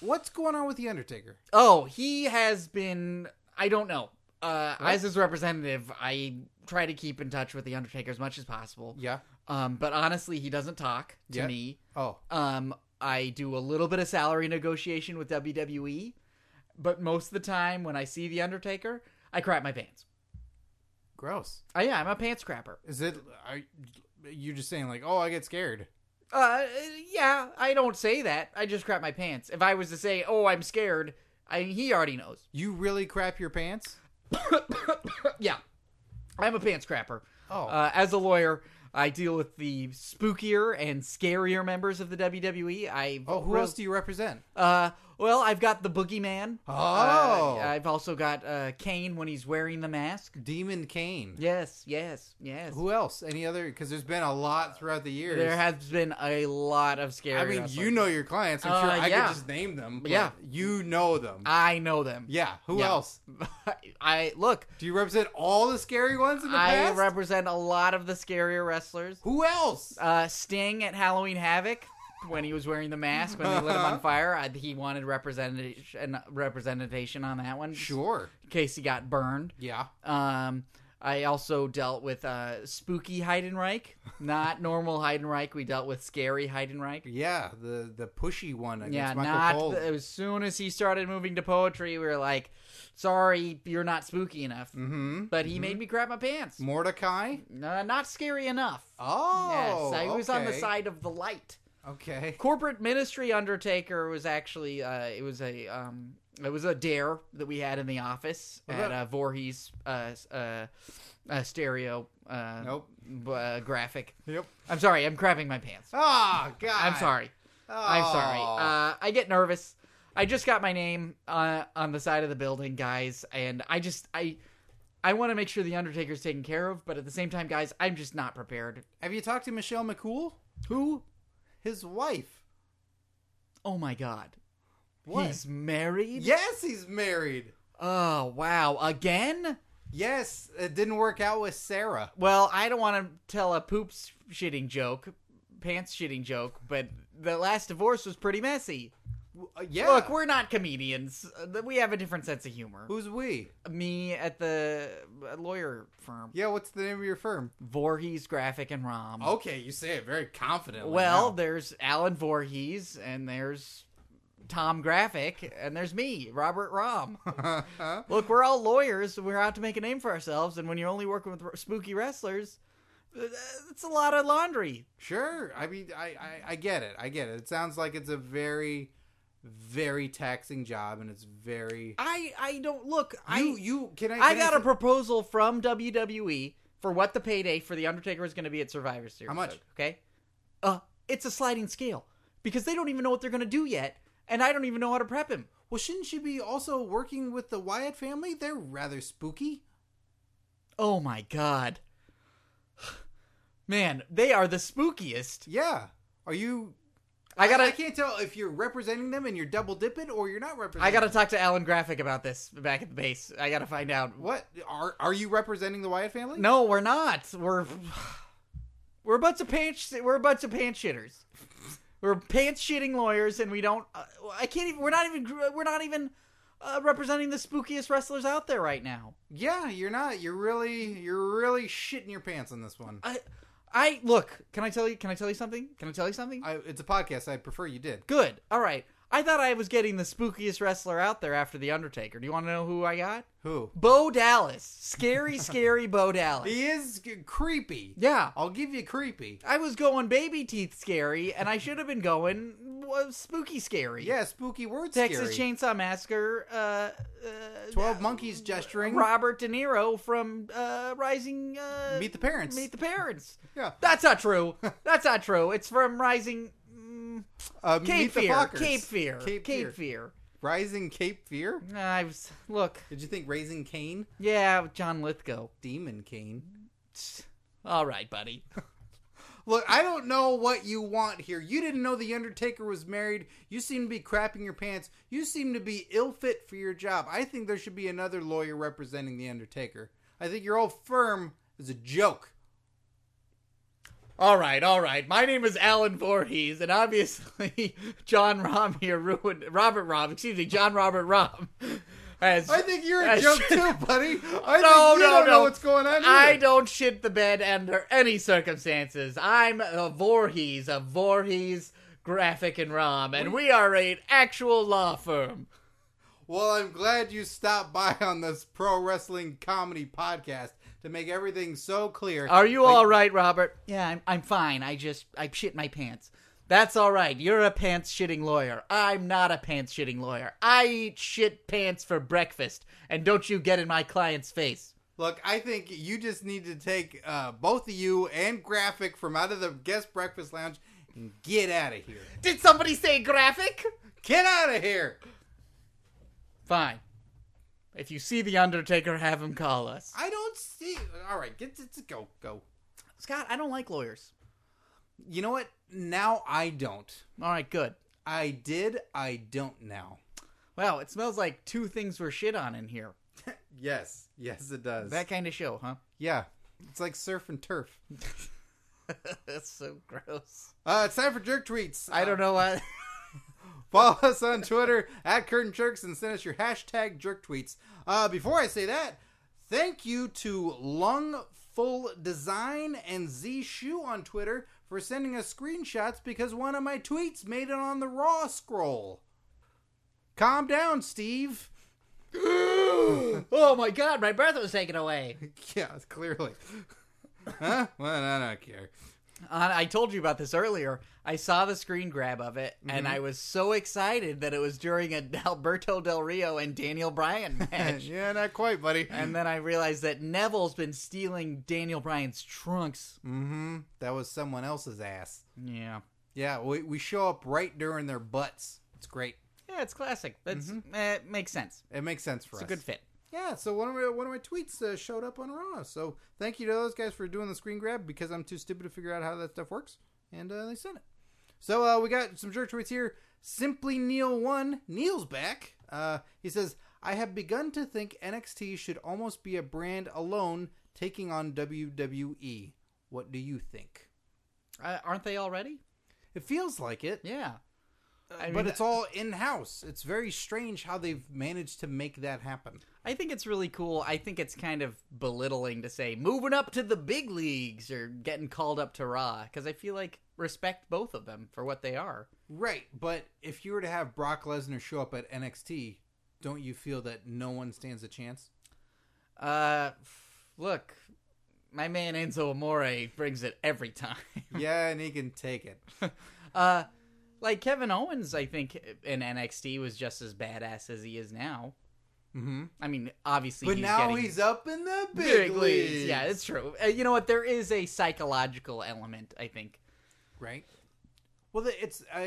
[SPEAKER 1] What's going on with the Undertaker?
[SPEAKER 2] Oh, he has been. I don't know. Uh, as his representative, I try to keep in touch with the Undertaker as much as possible.
[SPEAKER 1] Yeah.
[SPEAKER 2] Um, but honestly, he doesn't talk to
[SPEAKER 1] Yeah.
[SPEAKER 2] me.
[SPEAKER 1] Oh.
[SPEAKER 2] Um, I do a little bit of salary negotiation with WWE, but most of the time when I see The Undertaker, I crap my pants.
[SPEAKER 1] Gross.
[SPEAKER 2] I, yeah, I'm a pants crapper.
[SPEAKER 1] Is it? Are you just saying like, oh, I get scared?
[SPEAKER 2] Uh, yeah, I don't say that. I just crap my pants. If I was to say, "Oh, I'm scared," I he already knows.
[SPEAKER 1] You really crap your pants?
[SPEAKER 2] yeah, I'm a pants crapper.
[SPEAKER 1] Oh.
[SPEAKER 2] Uh, as a lawyer, I deal with the spookier and scarier members of the WWE. I
[SPEAKER 1] Oh, who else do you represent?
[SPEAKER 2] Uh, well, I've got the Boogeyman.
[SPEAKER 1] Oh.
[SPEAKER 2] Uh, I've also got uh Kane when he's wearing the mask.
[SPEAKER 1] Demon Kane.
[SPEAKER 2] Yes, yes, yes.
[SPEAKER 1] Who else? Any other? Because there's been a lot throughout the years.
[SPEAKER 2] There has been a lot of scary.
[SPEAKER 1] I mean,
[SPEAKER 2] wrestling.
[SPEAKER 1] you know your clients. I'm
[SPEAKER 2] Uh,
[SPEAKER 1] sure I
[SPEAKER 2] yeah.
[SPEAKER 1] could just name them. But
[SPEAKER 2] Yeah.
[SPEAKER 1] you know them.
[SPEAKER 2] I know them.
[SPEAKER 1] yeah. Who
[SPEAKER 2] Yeah.
[SPEAKER 1] else?
[SPEAKER 2] I look.
[SPEAKER 1] Do you represent all the scary ones in the
[SPEAKER 2] I
[SPEAKER 1] past?
[SPEAKER 2] represent a lot of the scarier wrestlers.
[SPEAKER 1] Who else?
[SPEAKER 2] Uh, Sting at Halloween Havoc when he was wearing the mask when they lit him on fire. I, he wanted representation representation on that one,
[SPEAKER 1] sure.
[SPEAKER 2] in case he got burned.
[SPEAKER 1] Yeah.
[SPEAKER 2] Um, I also dealt with uh, spooky Heidenreich, not normal Heidenreich. We dealt with scary Heidenreich.
[SPEAKER 1] Yeah. The the pushy one against
[SPEAKER 2] Yeah,
[SPEAKER 1] Michael
[SPEAKER 2] not
[SPEAKER 1] Cole.
[SPEAKER 2] as soon as he started moving to poetry, we were like, "Sorry, you're not spooky enough."
[SPEAKER 1] mm-hmm.
[SPEAKER 2] But he made me crap my pants.
[SPEAKER 1] Mordecai.
[SPEAKER 2] Uh, not scary enough.
[SPEAKER 1] Oh.
[SPEAKER 2] yes, I was on the
[SPEAKER 1] okay.
[SPEAKER 2] side of the light.
[SPEAKER 1] Okay.
[SPEAKER 2] Corporate ministry undertaker was actually uh, it was a um, it was a dare that we had in the office
[SPEAKER 1] What
[SPEAKER 2] at
[SPEAKER 1] about-
[SPEAKER 2] uh, Voorhees uh, s- uh, uh, stereo uh,
[SPEAKER 1] Nope.
[SPEAKER 2] b- uh, graphic.
[SPEAKER 1] Yep.
[SPEAKER 2] I'm sorry, I'm crapping my pants.
[SPEAKER 1] Oh God.
[SPEAKER 2] I'm sorry.
[SPEAKER 1] Oh.
[SPEAKER 2] I'm sorry. Uh, I get nervous. I just got my name uh, on the side of the building, guys, and I just I I want to make sure the Undertaker's taken care of, but at the same time, guys, I'm just not prepared.
[SPEAKER 1] Have you talked to Michelle McCool?
[SPEAKER 2] Who?
[SPEAKER 1] His wife.
[SPEAKER 2] Oh my God!
[SPEAKER 1] What?
[SPEAKER 2] He's married.
[SPEAKER 1] yes, he's married.
[SPEAKER 2] Oh wow! Again?
[SPEAKER 1] Yes, it didn't work out with Sarah.
[SPEAKER 2] Well, I don't want to tell a poops shitting joke, pants shitting joke, but the last divorce was pretty messy.
[SPEAKER 1] W- uh, yeah.
[SPEAKER 2] Look, we're not comedians. Uh, We have a different sense of humor.
[SPEAKER 1] Who's we?
[SPEAKER 2] Me at the uh, lawyer firm.
[SPEAKER 1] Yeah, what's the name of your firm?
[SPEAKER 2] Voorhees Graphic and Rom.
[SPEAKER 1] Okay, you say it very confidently.
[SPEAKER 2] well,
[SPEAKER 1] now.
[SPEAKER 2] there's Alan Voorhees, and there's Tom Graphic, and there's me, Robert Rom. Look, we're all lawyers. We're out to make a name for ourselves, and when you're only working with r- spooky wrestlers, uh, it's a lot of laundry.
[SPEAKER 1] sure. I mean, I, I I get it. I get it. It sounds like it's a very, very taxing job, and it's very.
[SPEAKER 2] I I don't look. I
[SPEAKER 1] you you can I?
[SPEAKER 2] I
[SPEAKER 1] can
[SPEAKER 2] got a
[SPEAKER 1] say-
[SPEAKER 2] proposal from WWE for what the payday for the Undertaker is going to be at Survivor Series.
[SPEAKER 1] How much?
[SPEAKER 2] Okay, uh, it's a sliding scale because they don't even know what they're going to do yet, and I don't even know how to prep him.
[SPEAKER 1] well, shouldn't she be also working with the Wyatt family? They're rather spooky.
[SPEAKER 2] Oh my god. Man, they are the spookiest.
[SPEAKER 1] Yeah. Are you?
[SPEAKER 2] I gotta
[SPEAKER 1] I,
[SPEAKER 2] I,
[SPEAKER 1] can't tell if you're representing them and you're double dipping, or you're not representing.
[SPEAKER 2] gotta talk to Alan Graphic about this back at the base. I gotta find out.
[SPEAKER 1] What are are you representing the Wyatt family?
[SPEAKER 2] No, we're not. We're we're a bunch of pants we're a bunch of pants shitters. We're pants shitting lawyers and we don't uh, I can't even we're not even gr- we're not even uh, representing the spookiest wrestlers out there right now.
[SPEAKER 1] Yeah, you're not. You're really you're really shitting your pants on this one.
[SPEAKER 2] I I look, can I tell you can I tell you something? Can I tell you something?
[SPEAKER 1] I, it's a podcast. I prefer you did.
[SPEAKER 2] Good. All right. I thought I was getting the spookiest wrestler out there after The Undertaker. Do you want to know who I got?
[SPEAKER 1] Who?
[SPEAKER 2] Bo Dallas. Scary, scary Bo Dallas.
[SPEAKER 1] He is g- creepy.
[SPEAKER 2] Yeah.
[SPEAKER 1] I'll give you creepy.
[SPEAKER 2] I was going baby teeth scary, and I should have been going uh, spooky scary.
[SPEAKER 1] Yeah, spooky words.
[SPEAKER 2] Texas
[SPEAKER 1] scary.
[SPEAKER 2] Chainsaw Massacre. Uh, uh,
[SPEAKER 1] Twelve monkeys gesturing.
[SPEAKER 2] Robert De Niro from uh, Rising. Uh,
[SPEAKER 1] Meet the parents.
[SPEAKER 2] Meet the Parents.
[SPEAKER 1] yeah.
[SPEAKER 2] That's not true. That's not true. It's from Rising. mm,
[SPEAKER 1] Uh,
[SPEAKER 2] Cape
[SPEAKER 1] meet the
[SPEAKER 2] Fear.
[SPEAKER 1] Fockers.
[SPEAKER 2] Cape Fear.
[SPEAKER 1] Cape, Fear.
[SPEAKER 2] Fear.
[SPEAKER 1] Rising Cape Fear.
[SPEAKER 2] Nah, I was look.
[SPEAKER 1] Did you think raising Cain?
[SPEAKER 2] Yeah, John Lithgow.
[SPEAKER 1] Demon Cain.
[SPEAKER 2] All right, buddy.
[SPEAKER 1] Look, I don't know what you want here. You didn't know the Undertaker was married. You seem to be crapping your pants. You seem to be ill fit for your job. I think there should be another lawyer representing the Undertaker. I think your old firm is a joke.
[SPEAKER 2] All right, all right. My name is Alan Voorhees, and obviously John Rom here ruined Robert Rom. Excuse me, John Robert Rom. Has,
[SPEAKER 1] I think you're a
[SPEAKER 2] has-
[SPEAKER 1] joke too, buddy. I
[SPEAKER 2] No,
[SPEAKER 1] think you
[SPEAKER 2] no,
[SPEAKER 1] don't know
[SPEAKER 2] no.
[SPEAKER 1] what's going on.
[SPEAKER 2] I
[SPEAKER 1] either.
[SPEAKER 2] don't shit the bed under any circumstances. I'm a Voorhees, a Voorhees graphic and Rom, and we are an actual law firm.
[SPEAKER 1] Well, I'm glad you stopped by on this pro wrestling comedy podcast to make everything so clear.
[SPEAKER 2] Are you all right, Robert? Yeah, I'm, I'm fine. I just I shit my pants. That's all right. You're a pants shitting lawyer. I'm not a pants shitting lawyer. I eat shit pants for breakfast, and don't you get in my client's face.
[SPEAKER 1] Look, I think you just need to take uh, both of you and Graphic from out of the guest breakfast lounge and get out of here.
[SPEAKER 2] Did somebody say graphic?
[SPEAKER 1] Get out of here!
[SPEAKER 2] Fine. If you see the Undertaker, have him call us.
[SPEAKER 1] I don't see. All right, get to go, go.
[SPEAKER 2] Scott, I don't like lawyers.
[SPEAKER 1] You know what? Now I don't.
[SPEAKER 2] All right, good.
[SPEAKER 1] I did. I don't now.
[SPEAKER 2] Wow, it smells like two things were shit on in here.
[SPEAKER 1] Yes, yes, it does.
[SPEAKER 2] That kind of show, huh?
[SPEAKER 1] yeah, it's like surf and turf.
[SPEAKER 2] That's so gross.
[SPEAKER 1] Uh, it's time for jerk tweets.
[SPEAKER 2] I don't know what.
[SPEAKER 1] Follow us on Twitter at Curtain Jerks and send us your hashtag jerk tweets. Uh, before I say that, thank you to Lung Full Design and Z Shoe on Twitter for sending us screenshots because one of my tweets made it on the Raw scroll. Calm down, Steve.
[SPEAKER 2] oh my god, my breath was taken away.
[SPEAKER 1] Yeah, clearly. huh? Well, I don't care.
[SPEAKER 2] Uh, I told you about this earlier. I saw the screen grab of it, and I was so excited that it was during an Alberto Del Rio and Daniel Bryan match.
[SPEAKER 1] yeah, not quite, buddy.
[SPEAKER 2] and then I realized that Neville's been stealing Daniel Bryan's trunks.
[SPEAKER 1] Mm-hmm. That was someone else's ass.
[SPEAKER 2] Yeah.
[SPEAKER 1] Yeah, we, we show up right during their butts. It's great.
[SPEAKER 2] Yeah, it's classic. That's eh, it makes sense.
[SPEAKER 1] It makes sense for
[SPEAKER 2] It's
[SPEAKER 1] us.
[SPEAKER 2] a good fit.
[SPEAKER 1] Yeah, so one of my one of my tweets uh, showed up on Raw. So thank you to those guys for doing the screen grab because I'm too stupid to figure out how that stuff works, and uh, they sent it. So uh, we got some jerk tweets here. Simply Neil one Neil's back. Uh, he says I have begun to think NXT should almost be a brand alone, taking on WWE. What do you think?
[SPEAKER 2] Uh, aren't they already?
[SPEAKER 1] It feels like it,
[SPEAKER 2] Yeah. I mean,
[SPEAKER 1] but it's all in house. It's very strange how they've managed to make that happen.
[SPEAKER 2] I think it's really cool. I think it's kind of belittling to say moving up to the big leagues or getting called up to Raw because I feel like respect both of them for what they are.
[SPEAKER 1] Right, but if you were to have Brock Lesnar show up at NXT, don't you feel that no one stands a chance?
[SPEAKER 2] Uh, f- look, my man Enzo Amore brings it every time.
[SPEAKER 1] yeah, and he can take it.
[SPEAKER 2] uh, like Kevin Owens, I think in NXT was just as badass as he is now.
[SPEAKER 1] Mm-hmm.
[SPEAKER 2] I mean, obviously,
[SPEAKER 1] But
[SPEAKER 2] he's
[SPEAKER 1] now
[SPEAKER 2] getting
[SPEAKER 1] he's up in the big,
[SPEAKER 2] big
[SPEAKER 1] leagues.
[SPEAKER 2] leagues. Yeah, it's true. Uh, you know what? There is a psychological element. I think.
[SPEAKER 1] right. Well, the- it's uh,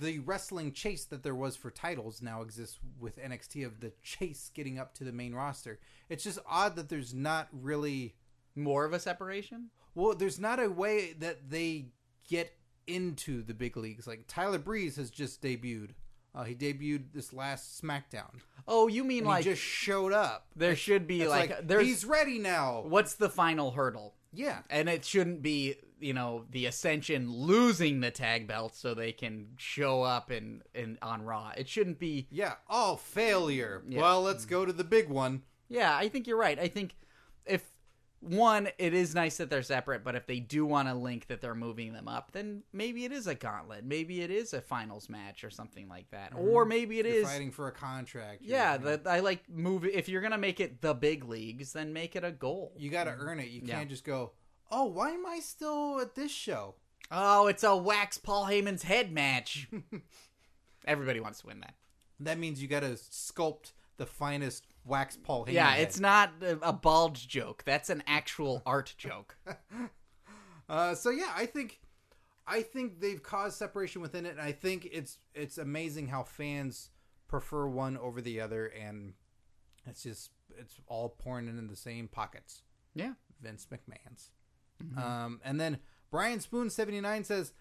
[SPEAKER 1] the wrestling chase that there was for titles now exists with NXT of the chase getting up to the main roster. It's just odd that there's not really
[SPEAKER 2] More of a separation?
[SPEAKER 1] Well, there's not a way that they get into the big leagues. Like Tyler Breeze has just debuted. Uh, he debuted this last SmackDown.
[SPEAKER 2] Oh, you mean
[SPEAKER 1] And
[SPEAKER 2] like
[SPEAKER 1] he just showed up.
[SPEAKER 2] there should be
[SPEAKER 1] It's
[SPEAKER 2] like,
[SPEAKER 1] like,
[SPEAKER 2] there's
[SPEAKER 1] he's ready now.
[SPEAKER 2] what's the final hurdle?
[SPEAKER 1] Yeah,
[SPEAKER 2] And it shouldn't be, you know, the Ascension losing the tag belt so they can show up and and on Raw. It shouldn't be
[SPEAKER 1] yeah. Oh, failure.
[SPEAKER 2] Yeah.
[SPEAKER 1] Well, let's go to the big one.
[SPEAKER 2] Yeah, I think you're right. I think if one, it is nice that they're separate, but if they do want to link that they're moving them up, then maybe it is a gauntlet. Maybe it is a finals match or something like that. Or maybe it
[SPEAKER 1] Mm-hmm. You're
[SPEAKER 2] is.
[SPEAKER 1] fighting for a contract. You're-
[SPEAKER 2] yeah, that I like move. If you're gonna make it the big leagues, then make it a goal.
[SPEAKER 1] you got to earn it. You
[SPEAKER 2] Yeah.
[SPEAKER 1] can't just go. Oh, why am I still at this show?
[SPEAKER 2] Oh, it's a wax Paul Heyman's head match. Everybody wants to win that.
[SPEAKER 1] That means you got to sculpt the finest wax Paul Heyman.
[SPEAKER 2] Yeah,
[SPEAKER 1] head.
[SPEAKER 2] it's not a, a bulge joke. That's an actual art joke.
[SPEAKER 1] Uh, so yeah, I think I think they've caused separation within it, and I think it's it's amazing how fans prefer one over the other, and it's just it's all pouring into the same pockets.
[SPEAKER 2] Yeah.
[SPEAKER 1] Vince McMahon's. Um, and then Brian Spoon seventy nine says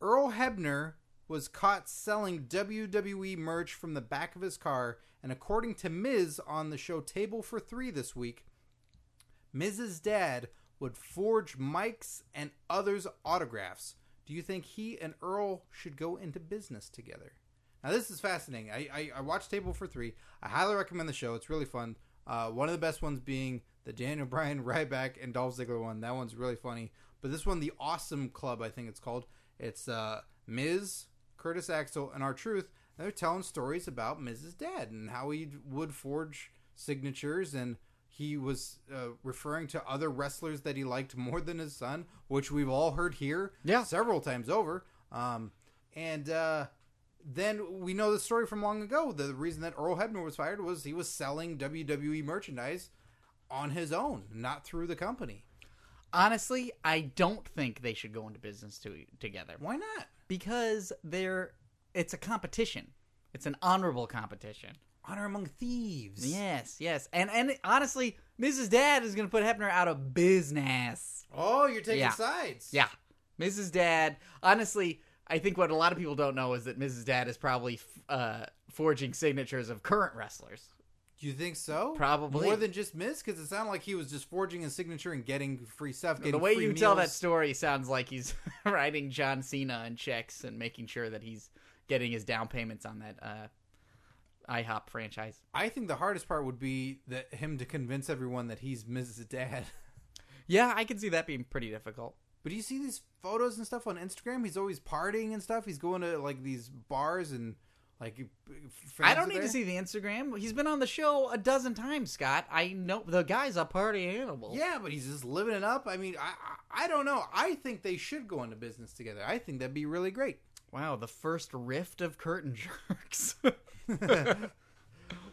[SPEAKER 1] Earl Hebner was caught selling WWE merch from the back of his car, and according to Miz on the show Table for Three this week, Miz's dad would forge Mike's and others' autographs. Do you think he and Earl should go into business together? Now, this is fascinating. I, I, I watched Table for Three. I highly recommend the show. It's really fun. Uh, one of the best ones being the Daniel Bryan, Ryback, and Dolph Ziggler one. That one's really funny. But this one, the Awesome Club, I think it's called. It's uh, Miz, Curtis Axel, and Our Truth. And they're telling stories about Miz's dad and how he would forge signatures and he was uh, referring to other wrestlers that he liked more than his son, which we've all heard here
[SPEAKER 2] Yeah.
[SPEAKER 1] several times over. Um, and uh, then we know the story from long ago. The reason that Earl Hebner was fired was he was selling WWE merchandise on his own, not through the company.
[SPEAKER 2] Honestly, I don't think they should go into business to, together
[SPEAKER 1] Why not?
[SPEAKER 2] because they're it's a competition. It's an honorable competition.
[SPEAKER 1] Honor among thieves.
[SPEAKER 2] Yes, yes, and and honestly, Mrs. Dad is gonna put Hefner out of business.
[SPEAKER 1] Oh, you're taking
[SPEAKER 2] Yeah.
[SPEAKER 1] sides.
[SPEAKER 2] Yeah, Mrs. Dad. Honestly, I think what a lot of people don't know is that Mrs. Dad is probably f- uh, forging signatures of current wrestlers.
[SPEAKER 1] Do you think so?
[SPEAKER 2] Probably.
[SPEAKER 1] more than just Miz, because it sounded like he was just forging his signature and getting free stuff. Getting
[SPEAKER 2] the way
[SPEAKER 1] free
[SPEAKER 2] you tell that
[SPEAKER 1] meals.
[SPEAKER 2] story sounds like he's writing John Cena in checks and making sure that he's getting his down payments on that uh, IHOP franchise.
[SPEAKER 1] I think the hardest part would be that him to convince everyone that he's Miz's dad.
[SPEAKER 2] Yeah, I can see that being pretty difficult.
[SPEAKER 1] But do you see these photos and stuff on Instagram? He's always partying and stuff. He's going to like these bars and like. fans
[SPEAKER 2] I
[SPEAKER 1] are
[SPEAKER 2] don't need to
[SPEAKER 1] there.
[SPEAKER 2] see the Instagram. He's been on the show a dozen times, Scott. I know the guy's a party animal.
[SPEAKER 1] Yeah, but he's just living it up. I mean, I I I don't know. I think they should go into business together. I think that'd be really great.
[SPEAKER 2] Wow, the first rift of curtain jerks.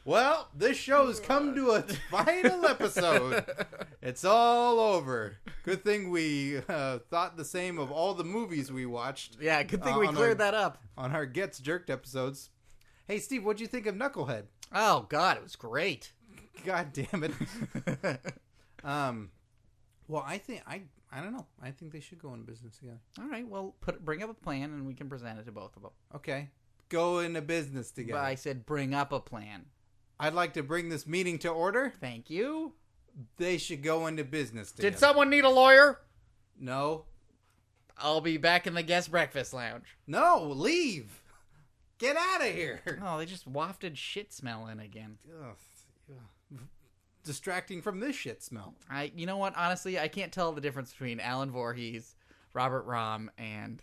[SPEAKER 1] Well, this show's come to a final episode. It's all over. Good thing we uh, thought the same of all the movies we watched
[SPEAKER 2] yeah, good thing
[SPEAKER 1] Uh,
[SPEAKER 2] we
[SPEAKER 1] on
[SPEAKER 2] cleared
[SPEAKER 1] our-
[SPEAKER 2] that up.
[SPEAKER 1] on our Gets Jerked episodes. Hey, Steve, what'd you think of Knucklehead?
[SPEAKER 2] Oh God, it was great.
[SPEAKER 1] God damn it. um, well, I think I I don't know. I think they should go into business together.
[SPEAKER 2] All right, well, put bring up a plan and we can present it to both of them.
[SPEAKER 1] Okay, go into business together.
[SPEAKER 2] But I said bring up a plan.
[SPEAKER 1] I'd like to bring this meeting to order.
[SPEAKER 2] Thank you.
[SPEAKER 1] They should go into business together.
[SPEAKER 2] Did someone need a lawyer?
[SPEAKER 1] no,
[SPEAKER 2] I'll be back in the guest breakfast lounge.
[SPEAKER 1] no, leave. Get out of here.
[SPEAKER 2] Oh, they just wafted shit smell in again.
[SPEAKER 1] Ugh. Ugh. Distracting from this shit smell.
[SPEAKER 2] I, you know what? Honestly, I can't tell the difference between Alan Voorhees, Robert Rom, and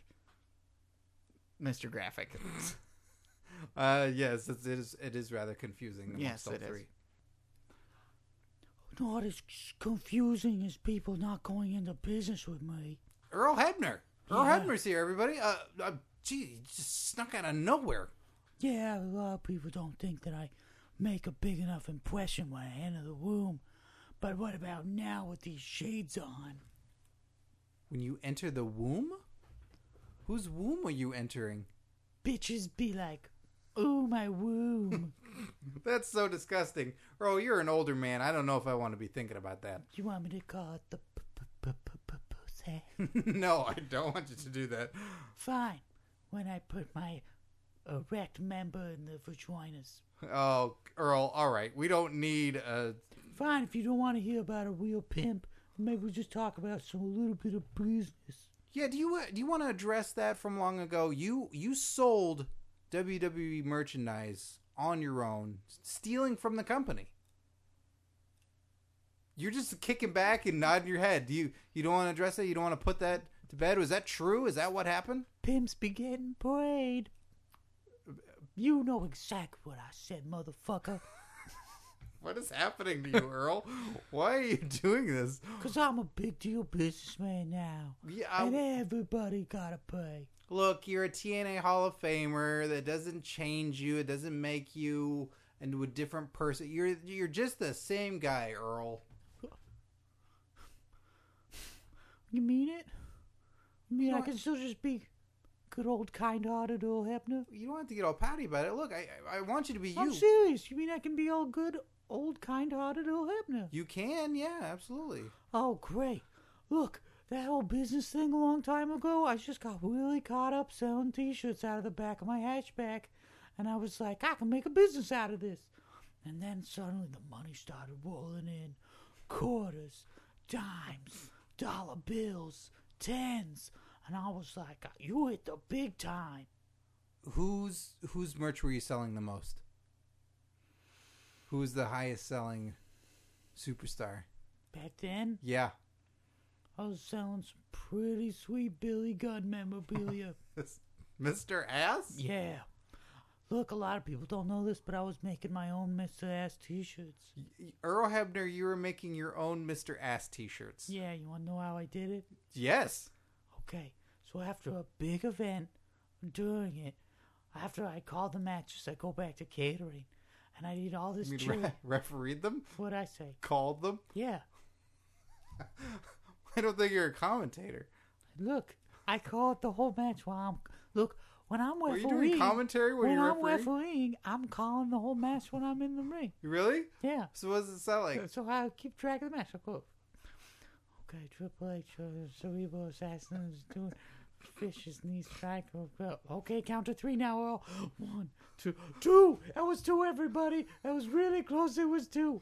[SPEAKER 2] Mr. Graphic.
[SPEAKER 1] Uh, yes, it's, it is. It is rather confusing. amongst
[SPEAKER 2] Yes,
[SPEAKER 1] all
[SPEAKER 2] it is.
[SPEAKER 1] three.
[SPEAKER 3] not as confusing as people not going into business with me.
[SPEAKER 1] Earl Hebner. Earl
[SPEAKER 3] Yeah.
[SPEAKER 1] Hebner's here, everybody. Uh, uh, gee, he just snuck out of nowhere.
[SPEAKER 3] Yeah, a lot of people don't think that I make a big enough impression when I enter the room. But what about now with these shades on?
[SPEAKER 1] When you enter the womb? Whose womb are you entering?
[SPEAKER 3] Bitches be like, ooh, my womb.
[SPEAKER 1] That's so disgusting. Earl, you're an older man. I don't know if I want to be thinking about that.
[SPEAKER 3] you want me to call it the p- p- p- p- p- pussy?
[SPEAKER 1] no, I don't want you to do that.
[SPEAKER 3] Fine, when I put my erect member in the vaginas.
[SPEAKER 1] Oh, Earl, all right. We don't need a.
[SPEAKER 3] Fine, if you don't want to hear about a real pimp, maybe we'll just talk about some little bit of business.
[SPEAKER 1] Yeah, do you uh, do you want to address that from long ago? You you sold WWE merchandise on your own, stealing from the company. You're just kicking back and nodding your head. Do you you don't want to address that? You don't want to put that to bed? Was that true? Is that what happened?
[SPEAKER 3] Pimps be getting paid. You know exactly what I said, motherfucker.
[SPEAKER 1] What is happening to you, Earl? Why are you doing this?
[SPEAKER 3] Cause I'm a big deal businessman now.
[SPEAKER 1] Yeah,
[SPEAKER 3] And
[SPEAKER 1] I-
[SPEAKER 3] everybody gotta pay.
[SPEAKER 1] look, you're a TNA Hall of Famer. That doesn't change you. It doesn't make you into a different person. You're you're just the same guy, Earl.
[SPEAKER 3] You mean it? You mean
[SPEAKER 1] know
[SPEAKER 3] I
[SPEAKER 1] what?
[SPEAKER 3] can still just be good old kind hearted old Hebner?
[SPEAKER 1] You don't have to get all pouty about it. Look, I I I want you to be you.
[SPEAKER 2] Oh,
[SPEAKER 3] I'm serious. You mean I can be all good old kind hearted old Hebner?
[SPEAKER 1] You can, yeah, absolutely.
[SPEAKER 3] Oh, great. Look, that whole business thing a long time ago, I just got really caught up selling t shirts out of the back of my hatchback. And I was like, I can make a business out of this. And then suddenly the money started rolling in quarters, dimes, dollar bills, tens. And I was like, you hit the big time.
[SPEAKER 1] Whose whose merch were you selling the most? Who was the highest selling superstar?
[SPEAKER 3] Back then,
[SPEAKER 1] Yeah.
[SPEAKER 3] I was selling some pretty sweet Billy Gunn memorabilia.
[SPEAKER 1] Mr. Ass?
[SPEAKER 3] Yeah.
[SPEAKER 2] Look, a lot of people don't know this, but I was making my own Mr. Ass t-shirts.
[SPEAKER 1] Earl Hebner, you were making your own Mr. Ass t-shirts.
[SPEAKER 2] Yeah, you want to know how I did it?
[SPEAKER 1] Yes.
[SPEAKER 2] Okay, so after a big event, during it, after I called the matches, I go back to catering, and I eat all this
[SPEAKER 1] You mean
[SPEAKER 2] chili.
[SPEAKER 1] re- refereed them?
[SPEAKER 2] what I say?
[SPEAKER 1] Called them?
[SPEAKER 2] Yeah,
[SPEAKER 1] I don't think you're a commentator.
[SPEAKER 2] look, I called the whole match while I'm look when I'm
[SPEAKER 1] Were
[SPEAKER 2] refereeing.
[SPEAKER 1] you doing commentary when,
[SPEAKER 2] when
[SPEAKER 1] you're
[SPEAKER 2] I'm
[SPEAKER 1] refereeing?
[SPEAKER 2] refereeing, I'm calling the whole match when I'm in the ring.
[SPEAKER 1] really?
[SPEAKER 2] Yeah.
[SPEAKER 1] So what does it sound like?
[SPEAKER 2] So I keep track of the match. I'll go. Okay, Triple H, uh, Cerebral Assassin is doing Fish's knee strike. oh, Okay, count to three now, Earl. One, two, two! That was two, everybody! That was really close, it was two.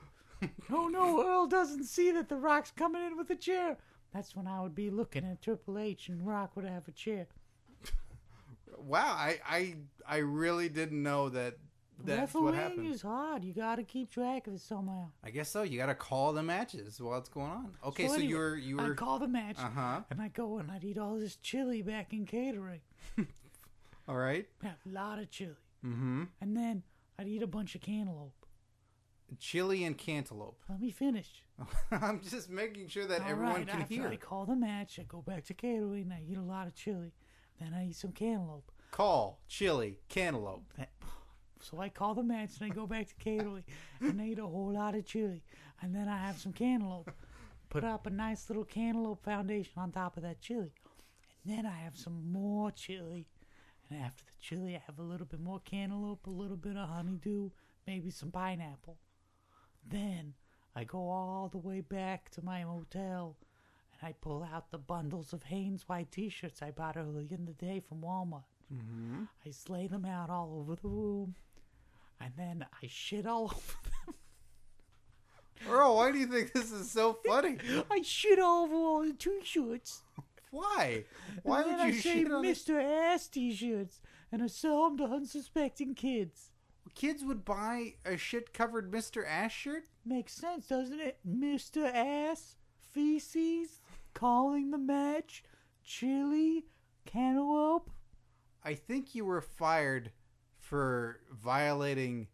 [SPEAKER 2] Oh no, Earl doesn't see that The Rock's coming in with a chair. That's when I would be looking at Triple H and Rock would have a chair.
[SPEAKER 1] Wow, I I, I really didn't know that that's what
[SPEAKER 2] Refereeing
[SPEAKER 1] happened.
[SPEAKER 2] is hard. You gotta keep track of it somehow.
[SPEAKER 1] I guess so. You got to call the matches while it's going on. Okay, so,
[SPEAKER 2] anyway,
[SPEAKER 1] you were you
[SPEAKER 2] I
[SPEAKER 1] were
[SPEAKER 2] call the match,
[SPEAKER 1] Uh-huh.
[SPEAKER 2] and I go and I'd eat all this chili back in catering.
[SPEAKER 1] all right.
[SPEAKER 2] Yeah, a lot of chili.
[SPEAKER 1] Mm-hmm.
[SPEAKER 2] And then I'd eat a bunch of cantaloupe.
[SPEAKER 1] Chili and cantaloupe.
[SPEAKER 2] Let me finish.
[SPEAKER 1] I'm just making sure that
[SPEAKER 2] All
[SPEAKER 1] everyone
[SPEAKER 2] right,
[SPEAKER 1] can
[SPEAKER 2] after
[SPEAKER 1] hear.
[SPEAKER 2] I call the match, I go back to catering, I eat a lot of chili. Then I eat some cantaloupe.
[SPEAKER 1] Call chili cantaloupe.
[SPEAKER 2] So I call the match and I go back to catering and I eat a whole lot of chili. And then I have some cantaloupe. Put up a nice little cantaloupe foundation on top of that chili. And then I have some more chili. And after the chili, I have a little bit more cantaloupe, a little bit of honeydew, maybe some pineapple. Then I go all the way back to my motel and I pull out the bundles of Hanes white t shirts I bought earlier in the day from Walmart. I slay them out all over the room, and then I shit all over
[SPEAKER 1] Earl, why do you think this is so funny?
[SPEAKER 2] them. I shit all over all the t-shirts.
[SPEAKER 1] Why? Why
[SPEAKER 2] and
[SPEAKER 1] would
[SPEAKER 2] then
[SPEAKER 1] you
[SPEAKER 2] I
[SPEAKER 1] shit
[SPEAKER 2] say
[SPEAKER 1] on this?
[SPEAKER 2] Mr. Ass t-shirts, and I sell them to unsuspecting kids.
[SPEAKER 1] Kids would buy a shit-covered Mr. Ash shirt.
[SPEAKER 2] Makes sense, doesn't it? Mr. Ass, feces, calling the match, chili, cantaloupe.
[SPEAKER 1] I think you were fired for violating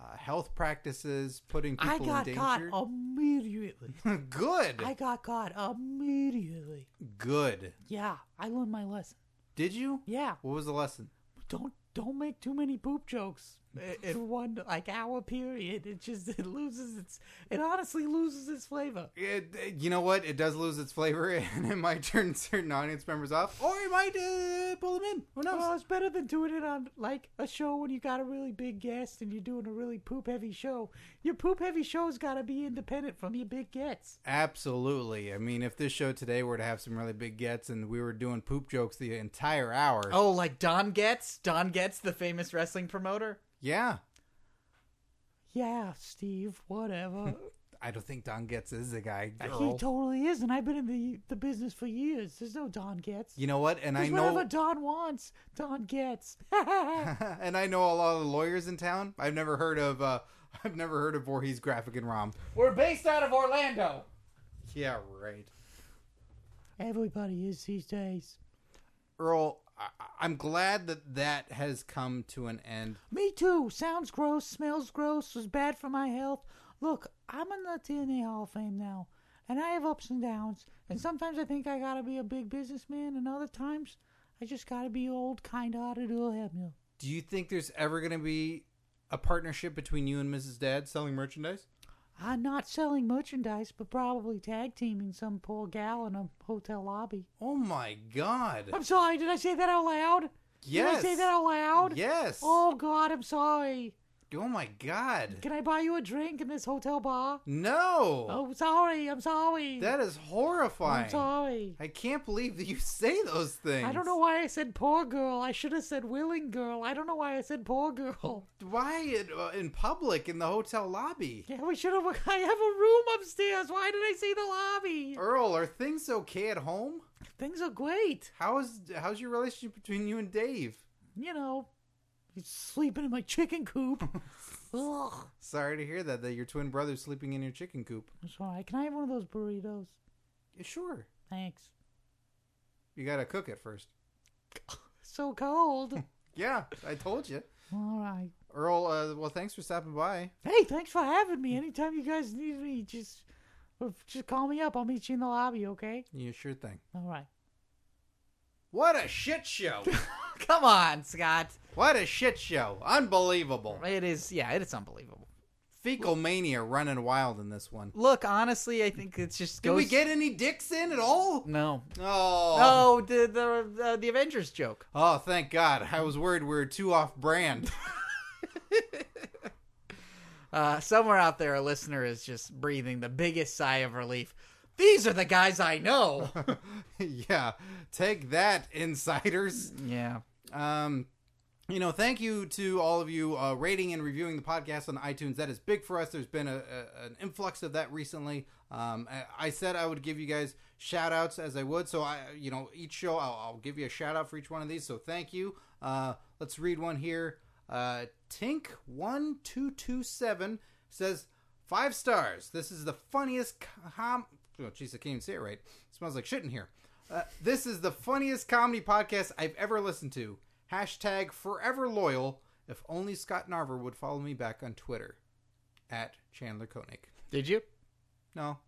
[SPEAKER 1] uh, health practices, putting people
[SPEAKER 2] I got
[SPEAKER 1] in
[SPEAKER 2] caught
[SPEAKER 1] danger.
[SPEAKER 2] immediately.
[SPEAKER 1] Good.
[SPEAKER 2] I got caught immediately.
[SPEAKER 1] Good.
[SPEAKER 2] Yeah, I learned my lesson.
[SPEAKER 1] Did you?
[SPEAKER 2] Yeah.
[SPEAKER 1] What was the lesson?
[SPEAKER 2] don't don't make too many poop jokes in one like hour period. It just it loses its it honestly loses its flavor.
[SPEAKER 1] It, it- you know what? It does lose its flavor, and it might turn certain audience members off, or it might uh, pull them in. Who knows?
[SPEAKER 2] Well, Oh, it's better than doing it on like a show when you got a really big guest and you're doing a really poop heavy show. Your poop heavy show's got to be independent from your big gets.
[SPEAKER 1] Absolutely. I mean, if this show today were to have some really big gets, and we were doing poop jokes the entire hour,
[SPEAKER 4] Oh, like Don Getz? Don Getz, the famous wrestling promoter?
[SPEAKER 1] yeah,
[SPEAKER 2] Yeah, Steve, whatever.
[SPEAKER 1] I don't think Don Getz is the guy.
[SPEAKER 2] he
[SPEAKER 4] Oh.
[SPEAKER 1] Earl.
[SPEAKER 2] totally is, and I've been in the the business for years. There's no Don gets.
[SPEAKER 1] you know what? And I
[SPEAKER 2] There's
[SPEAKER 1] know
[SPEAKER 2] whatever Don wants, Don gets.
[SPEAKER 1] and I know a lot of the lawyers in town. I've never heard of uh I've never heard of Voorhees Graphic and Rom.
[SPEAKER 4] We're based out of Orlando.
[SPEAKER 1] Yeah, right.
[SPEAKER 2] Everybody is these days.
[SPEAKER 1] Earl, I- I'm glad that that has come to an end.
[SPEAKER 2] Me too. Sounds gross, smells gross, was bad for my health. Look, I'm in the TNA Hall of Fame now, and I have ups and downs. And sometimes I think I gotta be a big businessman, and other times I just gotta be old, kind hearted Earl Hebner.
[SPEAKER 1] Do you think there's ever going to be a partnership between you and Mrs. Dad selling merchandise?
[SPEAKER 2] I'm not selling merchandise, but probably tag teaming some poor gal in a hotel lobby.
[SPEAKER 1] Oh my god.
[SPEAKER 2] I'm sorry, did I say that out loud?
[SPEAKER 1] Yes.
[SPEAKER 2] Did I say that out loud?
[SPEAKER 1] Yes. Oh.
[SPEAKER 2] Oh, God, I'm sorry.
[SPEAKER 1] my god.
[SPEAKER 2] Can I buy you a drink in this hotel bar?
[SPEAKER 1] No.
[SPEAKER 2] Oh, sorry, I'm sorry. Oh,
[SPEAKER 1] That is horrifying.
[SPEAKER 2] I'm sorry.
[SPEAKER 1] I can't believe that you say those things.
[SPEAKER 2] I don't know why I said poor girl. I should have said willing girl. I don't know why I said poor girl.
[SPEAKER 1] why in, uh, in public in the hotel lobby.
[SPEAKER 2] Yeah, we should have. I have a room upstairs. Why did I say the lobby?
[SPEAKER 1] Earl, are things okay at home?
[SPEAKER 2] Things are great.
[SPEAKER 1] How's how's your relationship between you and Dave?
[SPEAKER 2] You know, he's sleeping in my chicken coop. Ugh.
[SPEAKER 1] Sorry to hear that that your twin brother's sleeping in your chicken coop.
[SPEAKER 2] I'm sorry. Can I have one of those burritos?
[SPEAKER 1] Yeah, sure,
[SPEAKER 2] Thanks.
[SPEAKER 1] you gotta cook it first.
[SPEAKER 2] So cold.
[SPEAKER 1] Yeah, I told you.
[SPEAKER 3] All right.
[SPEAKER 1] Earl, uh, well, thanks for stopping by.
[SPEAKER 3] Hey, thanks for having me. Anytime you guys need me, just just call me up. I'll meet you in the lobby, okay?
[SPEAKER 1] Yeah, sure thing.
[SPEAKER 3] All right.
[SPEAKER 1] What a shit show.
[SPEAKER 2] Come on, Scott.
[SPEAKER 1] what a shit show. Unbelievable.
[SPEAKER 2] It is, yeah, it is unbelievable.
[SPEAKER 1] Fecal mania running wild in this one.
[SPEAKER 2] Look, honestly, I think it's just.
[SPEAKER 1] Did
[SPEAKER 2] goes-
[SPEAKER 1] we get any dicks in at all?
[SPEAKER 2] No.
[SPEAKER 1] Oh.
[SPEAKER 2] Oh, the the uh, the Avengers joke.
[SPEAKER 1] Oh, thank God. I was worried we were too off brand.
[SPEAKER 2] Uh, somewhere out there, a listener is just breathing the biggest sigh of relief. These are the guys I know.
[SPEAKER 1] yeah. Take that, insiders.
[SPEAKER 2] yeah.
[SPEAKER 1] Um, you know, thank you to all of you uh, rating and reviewing the podcast on iTunes. That is big for us. There's been a, a, an influx of that recently. Um, I, I said I would give you guys shout outs as I would. So, I, you know, each show I'll, I'll give you a shout out for each one of these. So, thank you. Uh, let's read one here. Uh, Tink1227 says, Five stars. This is the funniest com. Oh, jeez, I can't even say it right. It smells like shit in here. Uh, this is the funniest comedy podcast I've ever listened to. Hashtag forever loyal. If only Scott Narver would follow me back on Twitter at Chandler Koenig.
[SPEAKER 2] Did you?
[SPEAKER 1] No,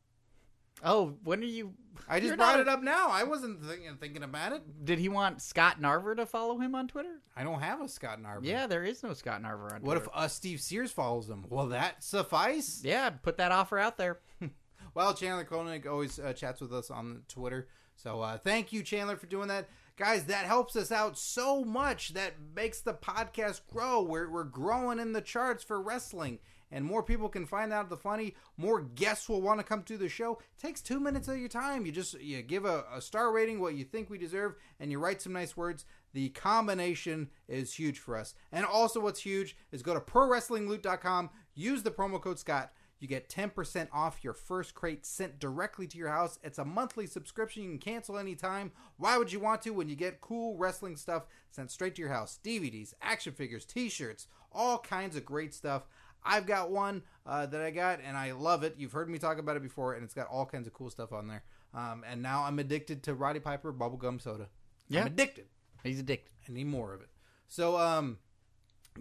[SPEAKER 2] Oh, when are you?
[SPEAKER 1] I just
[SPEAKER 2] You're
[SPEAKER 1] brought
[SPEAKER 2] not-
[SPEAKER 1] it up now. I wasn't thinking, thinking about it.
[SPEAKER 2] Did he want Scott Narver to follow him on Twitter?
[SPEAKER 1] I don't have a Scott Narver.
[SPEAKER 2] Yeah, there is no Scott Narver on
[SPEAKER 1] What if
[SPEAKER 2] Twitter.
[SPEAKER 1] uh, Steve Sears follows him? Will that suffice?
[SPEAKER 2] Yeah, put that offer out there.
[SPEAKER 1] Well, Chandler Koenig always uh, chats with us on Twitter. So uh, thank you, Chandler, for doing that. Guys, that helps us out so much. That makes the podcast grow. We're, we're growing in the charts for wrestling. And more people can find out the funny. More guests will want to come to the show. takes two minutes of your time. You just you give a, a star rating, what you think we deserve, and you write some nice words. The combination is huge for us. And also, what's huge is go to prowrestlingloot.com. Use the promo code Scott. You get 10% off your first crate sent directly to your house. It's a monthly subscription. You can cancel anytime. Why would you want to when you get cool wrestling stuff sent straight to your house? DVDs, action figures, t shirts, all kinds of great stuff. I've got one uh, that I got and I love it. You've heard me talk about it before, and it's got all kinds of cool stuff on there. Um, and now I'm addicted to Roddy Piper bubblegum soda.
[SPEAKER 2] Yeah.
[SPEAKER 1] I'm addicted.
[SPEAKER 2] He's addicted.
[SPEAKER 1] I need more of it. So, um,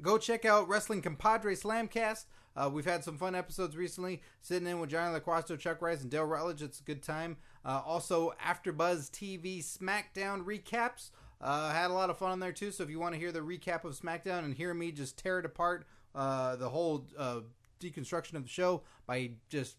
[SPEAKER 1] go check out Wrestling Compadre Slamcast. Uh, we've had some fun episodes recently, sitting in with Johnny LaQuasto, Chuck Rice, and Dale Rutledge. It's a good time. Uh, also, AfterBuzz TV SmackDown recaps. Uh, had a lot of fun on there too. So if you want to hear the recap of SmackDown and hear me just tear it apart, uh, the whole uh, deconstruction of the show by just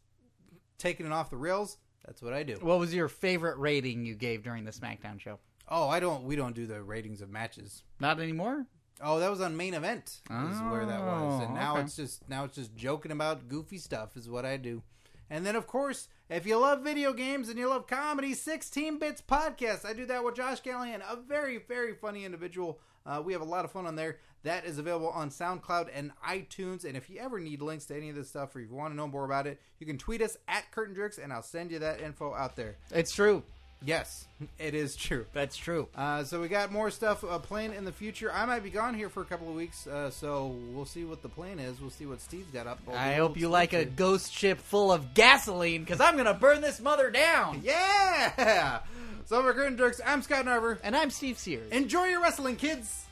[SPEAKER 1] taking it off the rails, that's what I do.
[SPEAKER 2] What was your favorite rating you gave during the SmackDown show?
[SPEAKER 1] Oh, I don't. We don't do the ratings of matches.
[SPEAKER 2] Not anymore.
[SPEAKER 1] Oh, that was on main event. Is where that was, and
[SPEAKER 2] Oh,
[SPEAKER 1] now
[SPEAKER 2] okay.
[SPEAKER 1] it's just now it's just joking about goofy stuff is what I do. And then of course, if you love video games and you love comedy, sixteen bits podcast. I do that with Josh Callahan, a very very funny individual. Uh, we have a lot of fun on there. That is available on SoundCloud and iTunes. And if you ever need links to any of this stuff, or you want to know more about it, you can tweet us at Curtain Jerks, and I'll send you that info out there.
[SPEAKER 2] It's true.
[SPEAKER 1] Yes, it is true.
[SPEAKER 2] That's true.
[SPEAKER 1] Uh, so we got more stuff uh, planned in the future. I might be gone here for a couple of weeks, uh, so we'll see what the plan is. We'll see what Steve's got up.
[SPEAKER 2] I hope you like a ghost ship full of gasoline, because I'm gonna burn this mother down.
[SPEAKER 1] yeah. So for Curtain Jerks, I'm Scott Narver.
[SPEAKER 2] And I'm Steve Sears.
[SPEAKER 1] Enjoy your wrestling, kids.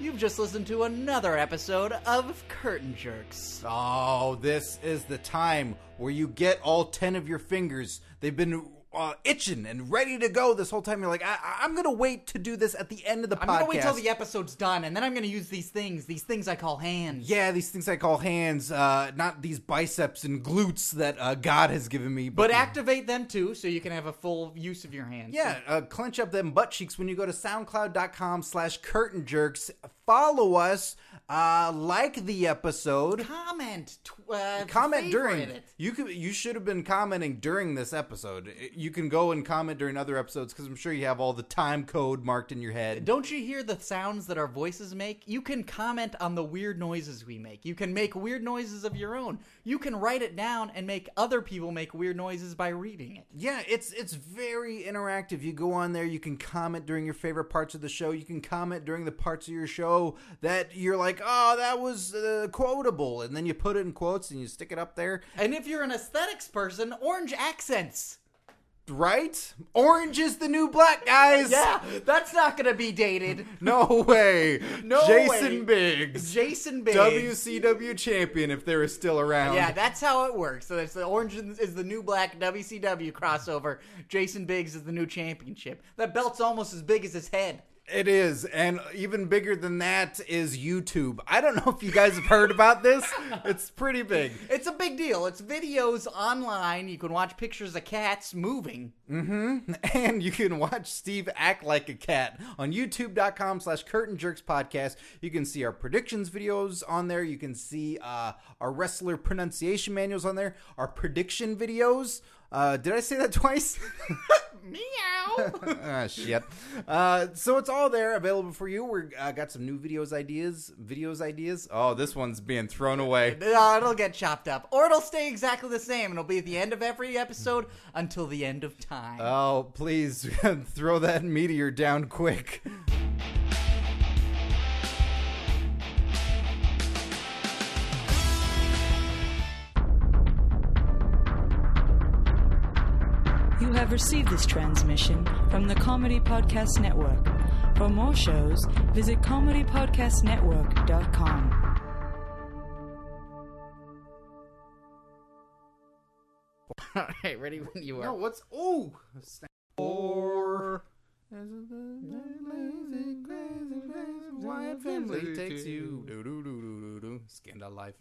[SPEAKER 2] You've just listened to another episode of Curtain Jerks.
[SPEAKER 1] Oh, this is the time where you get all 10 of your fingers. They've been uh, itching and ready to go this whole time. You're like, I- I- I'm going to wait to do this at the end of the
[SPEAKER 2] I'm
[SPEAKER 1] podcast.
[SPEAKER 2] gonna wait till the e-, episode's done, and then I'm gonna use these things, these things I call hands.
[SPEAKER 1] yeah, these things I call hands, uh, not these biceps and glutes that uh, God has given me.
[SPEAKER 2] But activate them too, so you can have a full use of your hands.
[SPEAKER 1] Yeah, uh, clench up them butt cheeks when you go to soundcloud.com slash curtain jerks. Follow us, uh, like the episode,
[SPEAKER 2] Comment. Tw- uh,
[SPEAKER 1] comment
[SPEAKER 2] favorite
[SPEAKER 1] during.
[SPEAKER 2] It.
[SPEAKER 1] You could, you should have been commenting during this episode. You can go and comment during other episodes because I'm sure you have all the time code marked in your head.
[SPEAKER 2] Don't you hear the sounds that our voices make? You can comment on the weird noises we make. You can make weird noises of your own. You can write it down and make other people make weird noises by reading it.
[SPEAKER 1] Yeah, it's it's very interactive. You go on there, you can comment during your favorite parts of the show. You can comment during the parts of your show that you're like, like, oh, that was uh, quotable, and then you put it in quotes and you stick it up there,
[SPEAKER 2] And if you're an aesthetics person, orange accents.
[SPEAKER 1] right? Orange is the new black, guys.
[SPEAKER 2] Yeah, that's not gonna be dated.
[SPEAKER 1] No way.
[SPEAKER 2] No
[SPEAKER 1] Jason
[SPEAKER 2] way.
[SPEAKER 1] Biggs,
[SPEAKER 2] Jason Biggs.
[SPEAKER 1] WCW champion, if there is still around.
[SPEAKER 2] Yeah, that's how it works. So it's the orange is the new black WCW crossover. Jason Biggs is the new championship. That belt's almost as big as his head.
[SPEAKER 1] It is, and even bigger than that is YouTube. I don't know if you guys have heard about this. It's pretty big.
[SPEAKER 2] It's a big deal. It's videos online. You can watch pictures of cats moving.
[SPEAKER 1] And you can watch Steve act like a cat on youtube.com slash curtain jerks podcast. You can see our predictions videos on there. You can see uh, our wrestler pronunciation manuals on there, our prediction videos. Uh, did I say that twice?
[SPEAKER 2] Meow.
[SPEAKER 1] Ah, shit. Uh, so it's all there available for you. We've uh, got some new videos ideas. Videos ideas. Oh, this one's being thrown away.
[SPEAKER 2] No, it'll get chopped up, or it'll stay exactly the same, and it'll be at the end of every episode until the end of time.
[SPEAKER 1] Oh, please throw that meteor down quick.
[SPEAKER 5] You have received this transmission from the Comedy Podcast Network. For more shows, visit comedypodcastnetwork.com.
[SPEAKER 2] All right, ready when you are.
[SPEAKER 1] No, what's oh? Or Wyatt family takes you. Scandal life.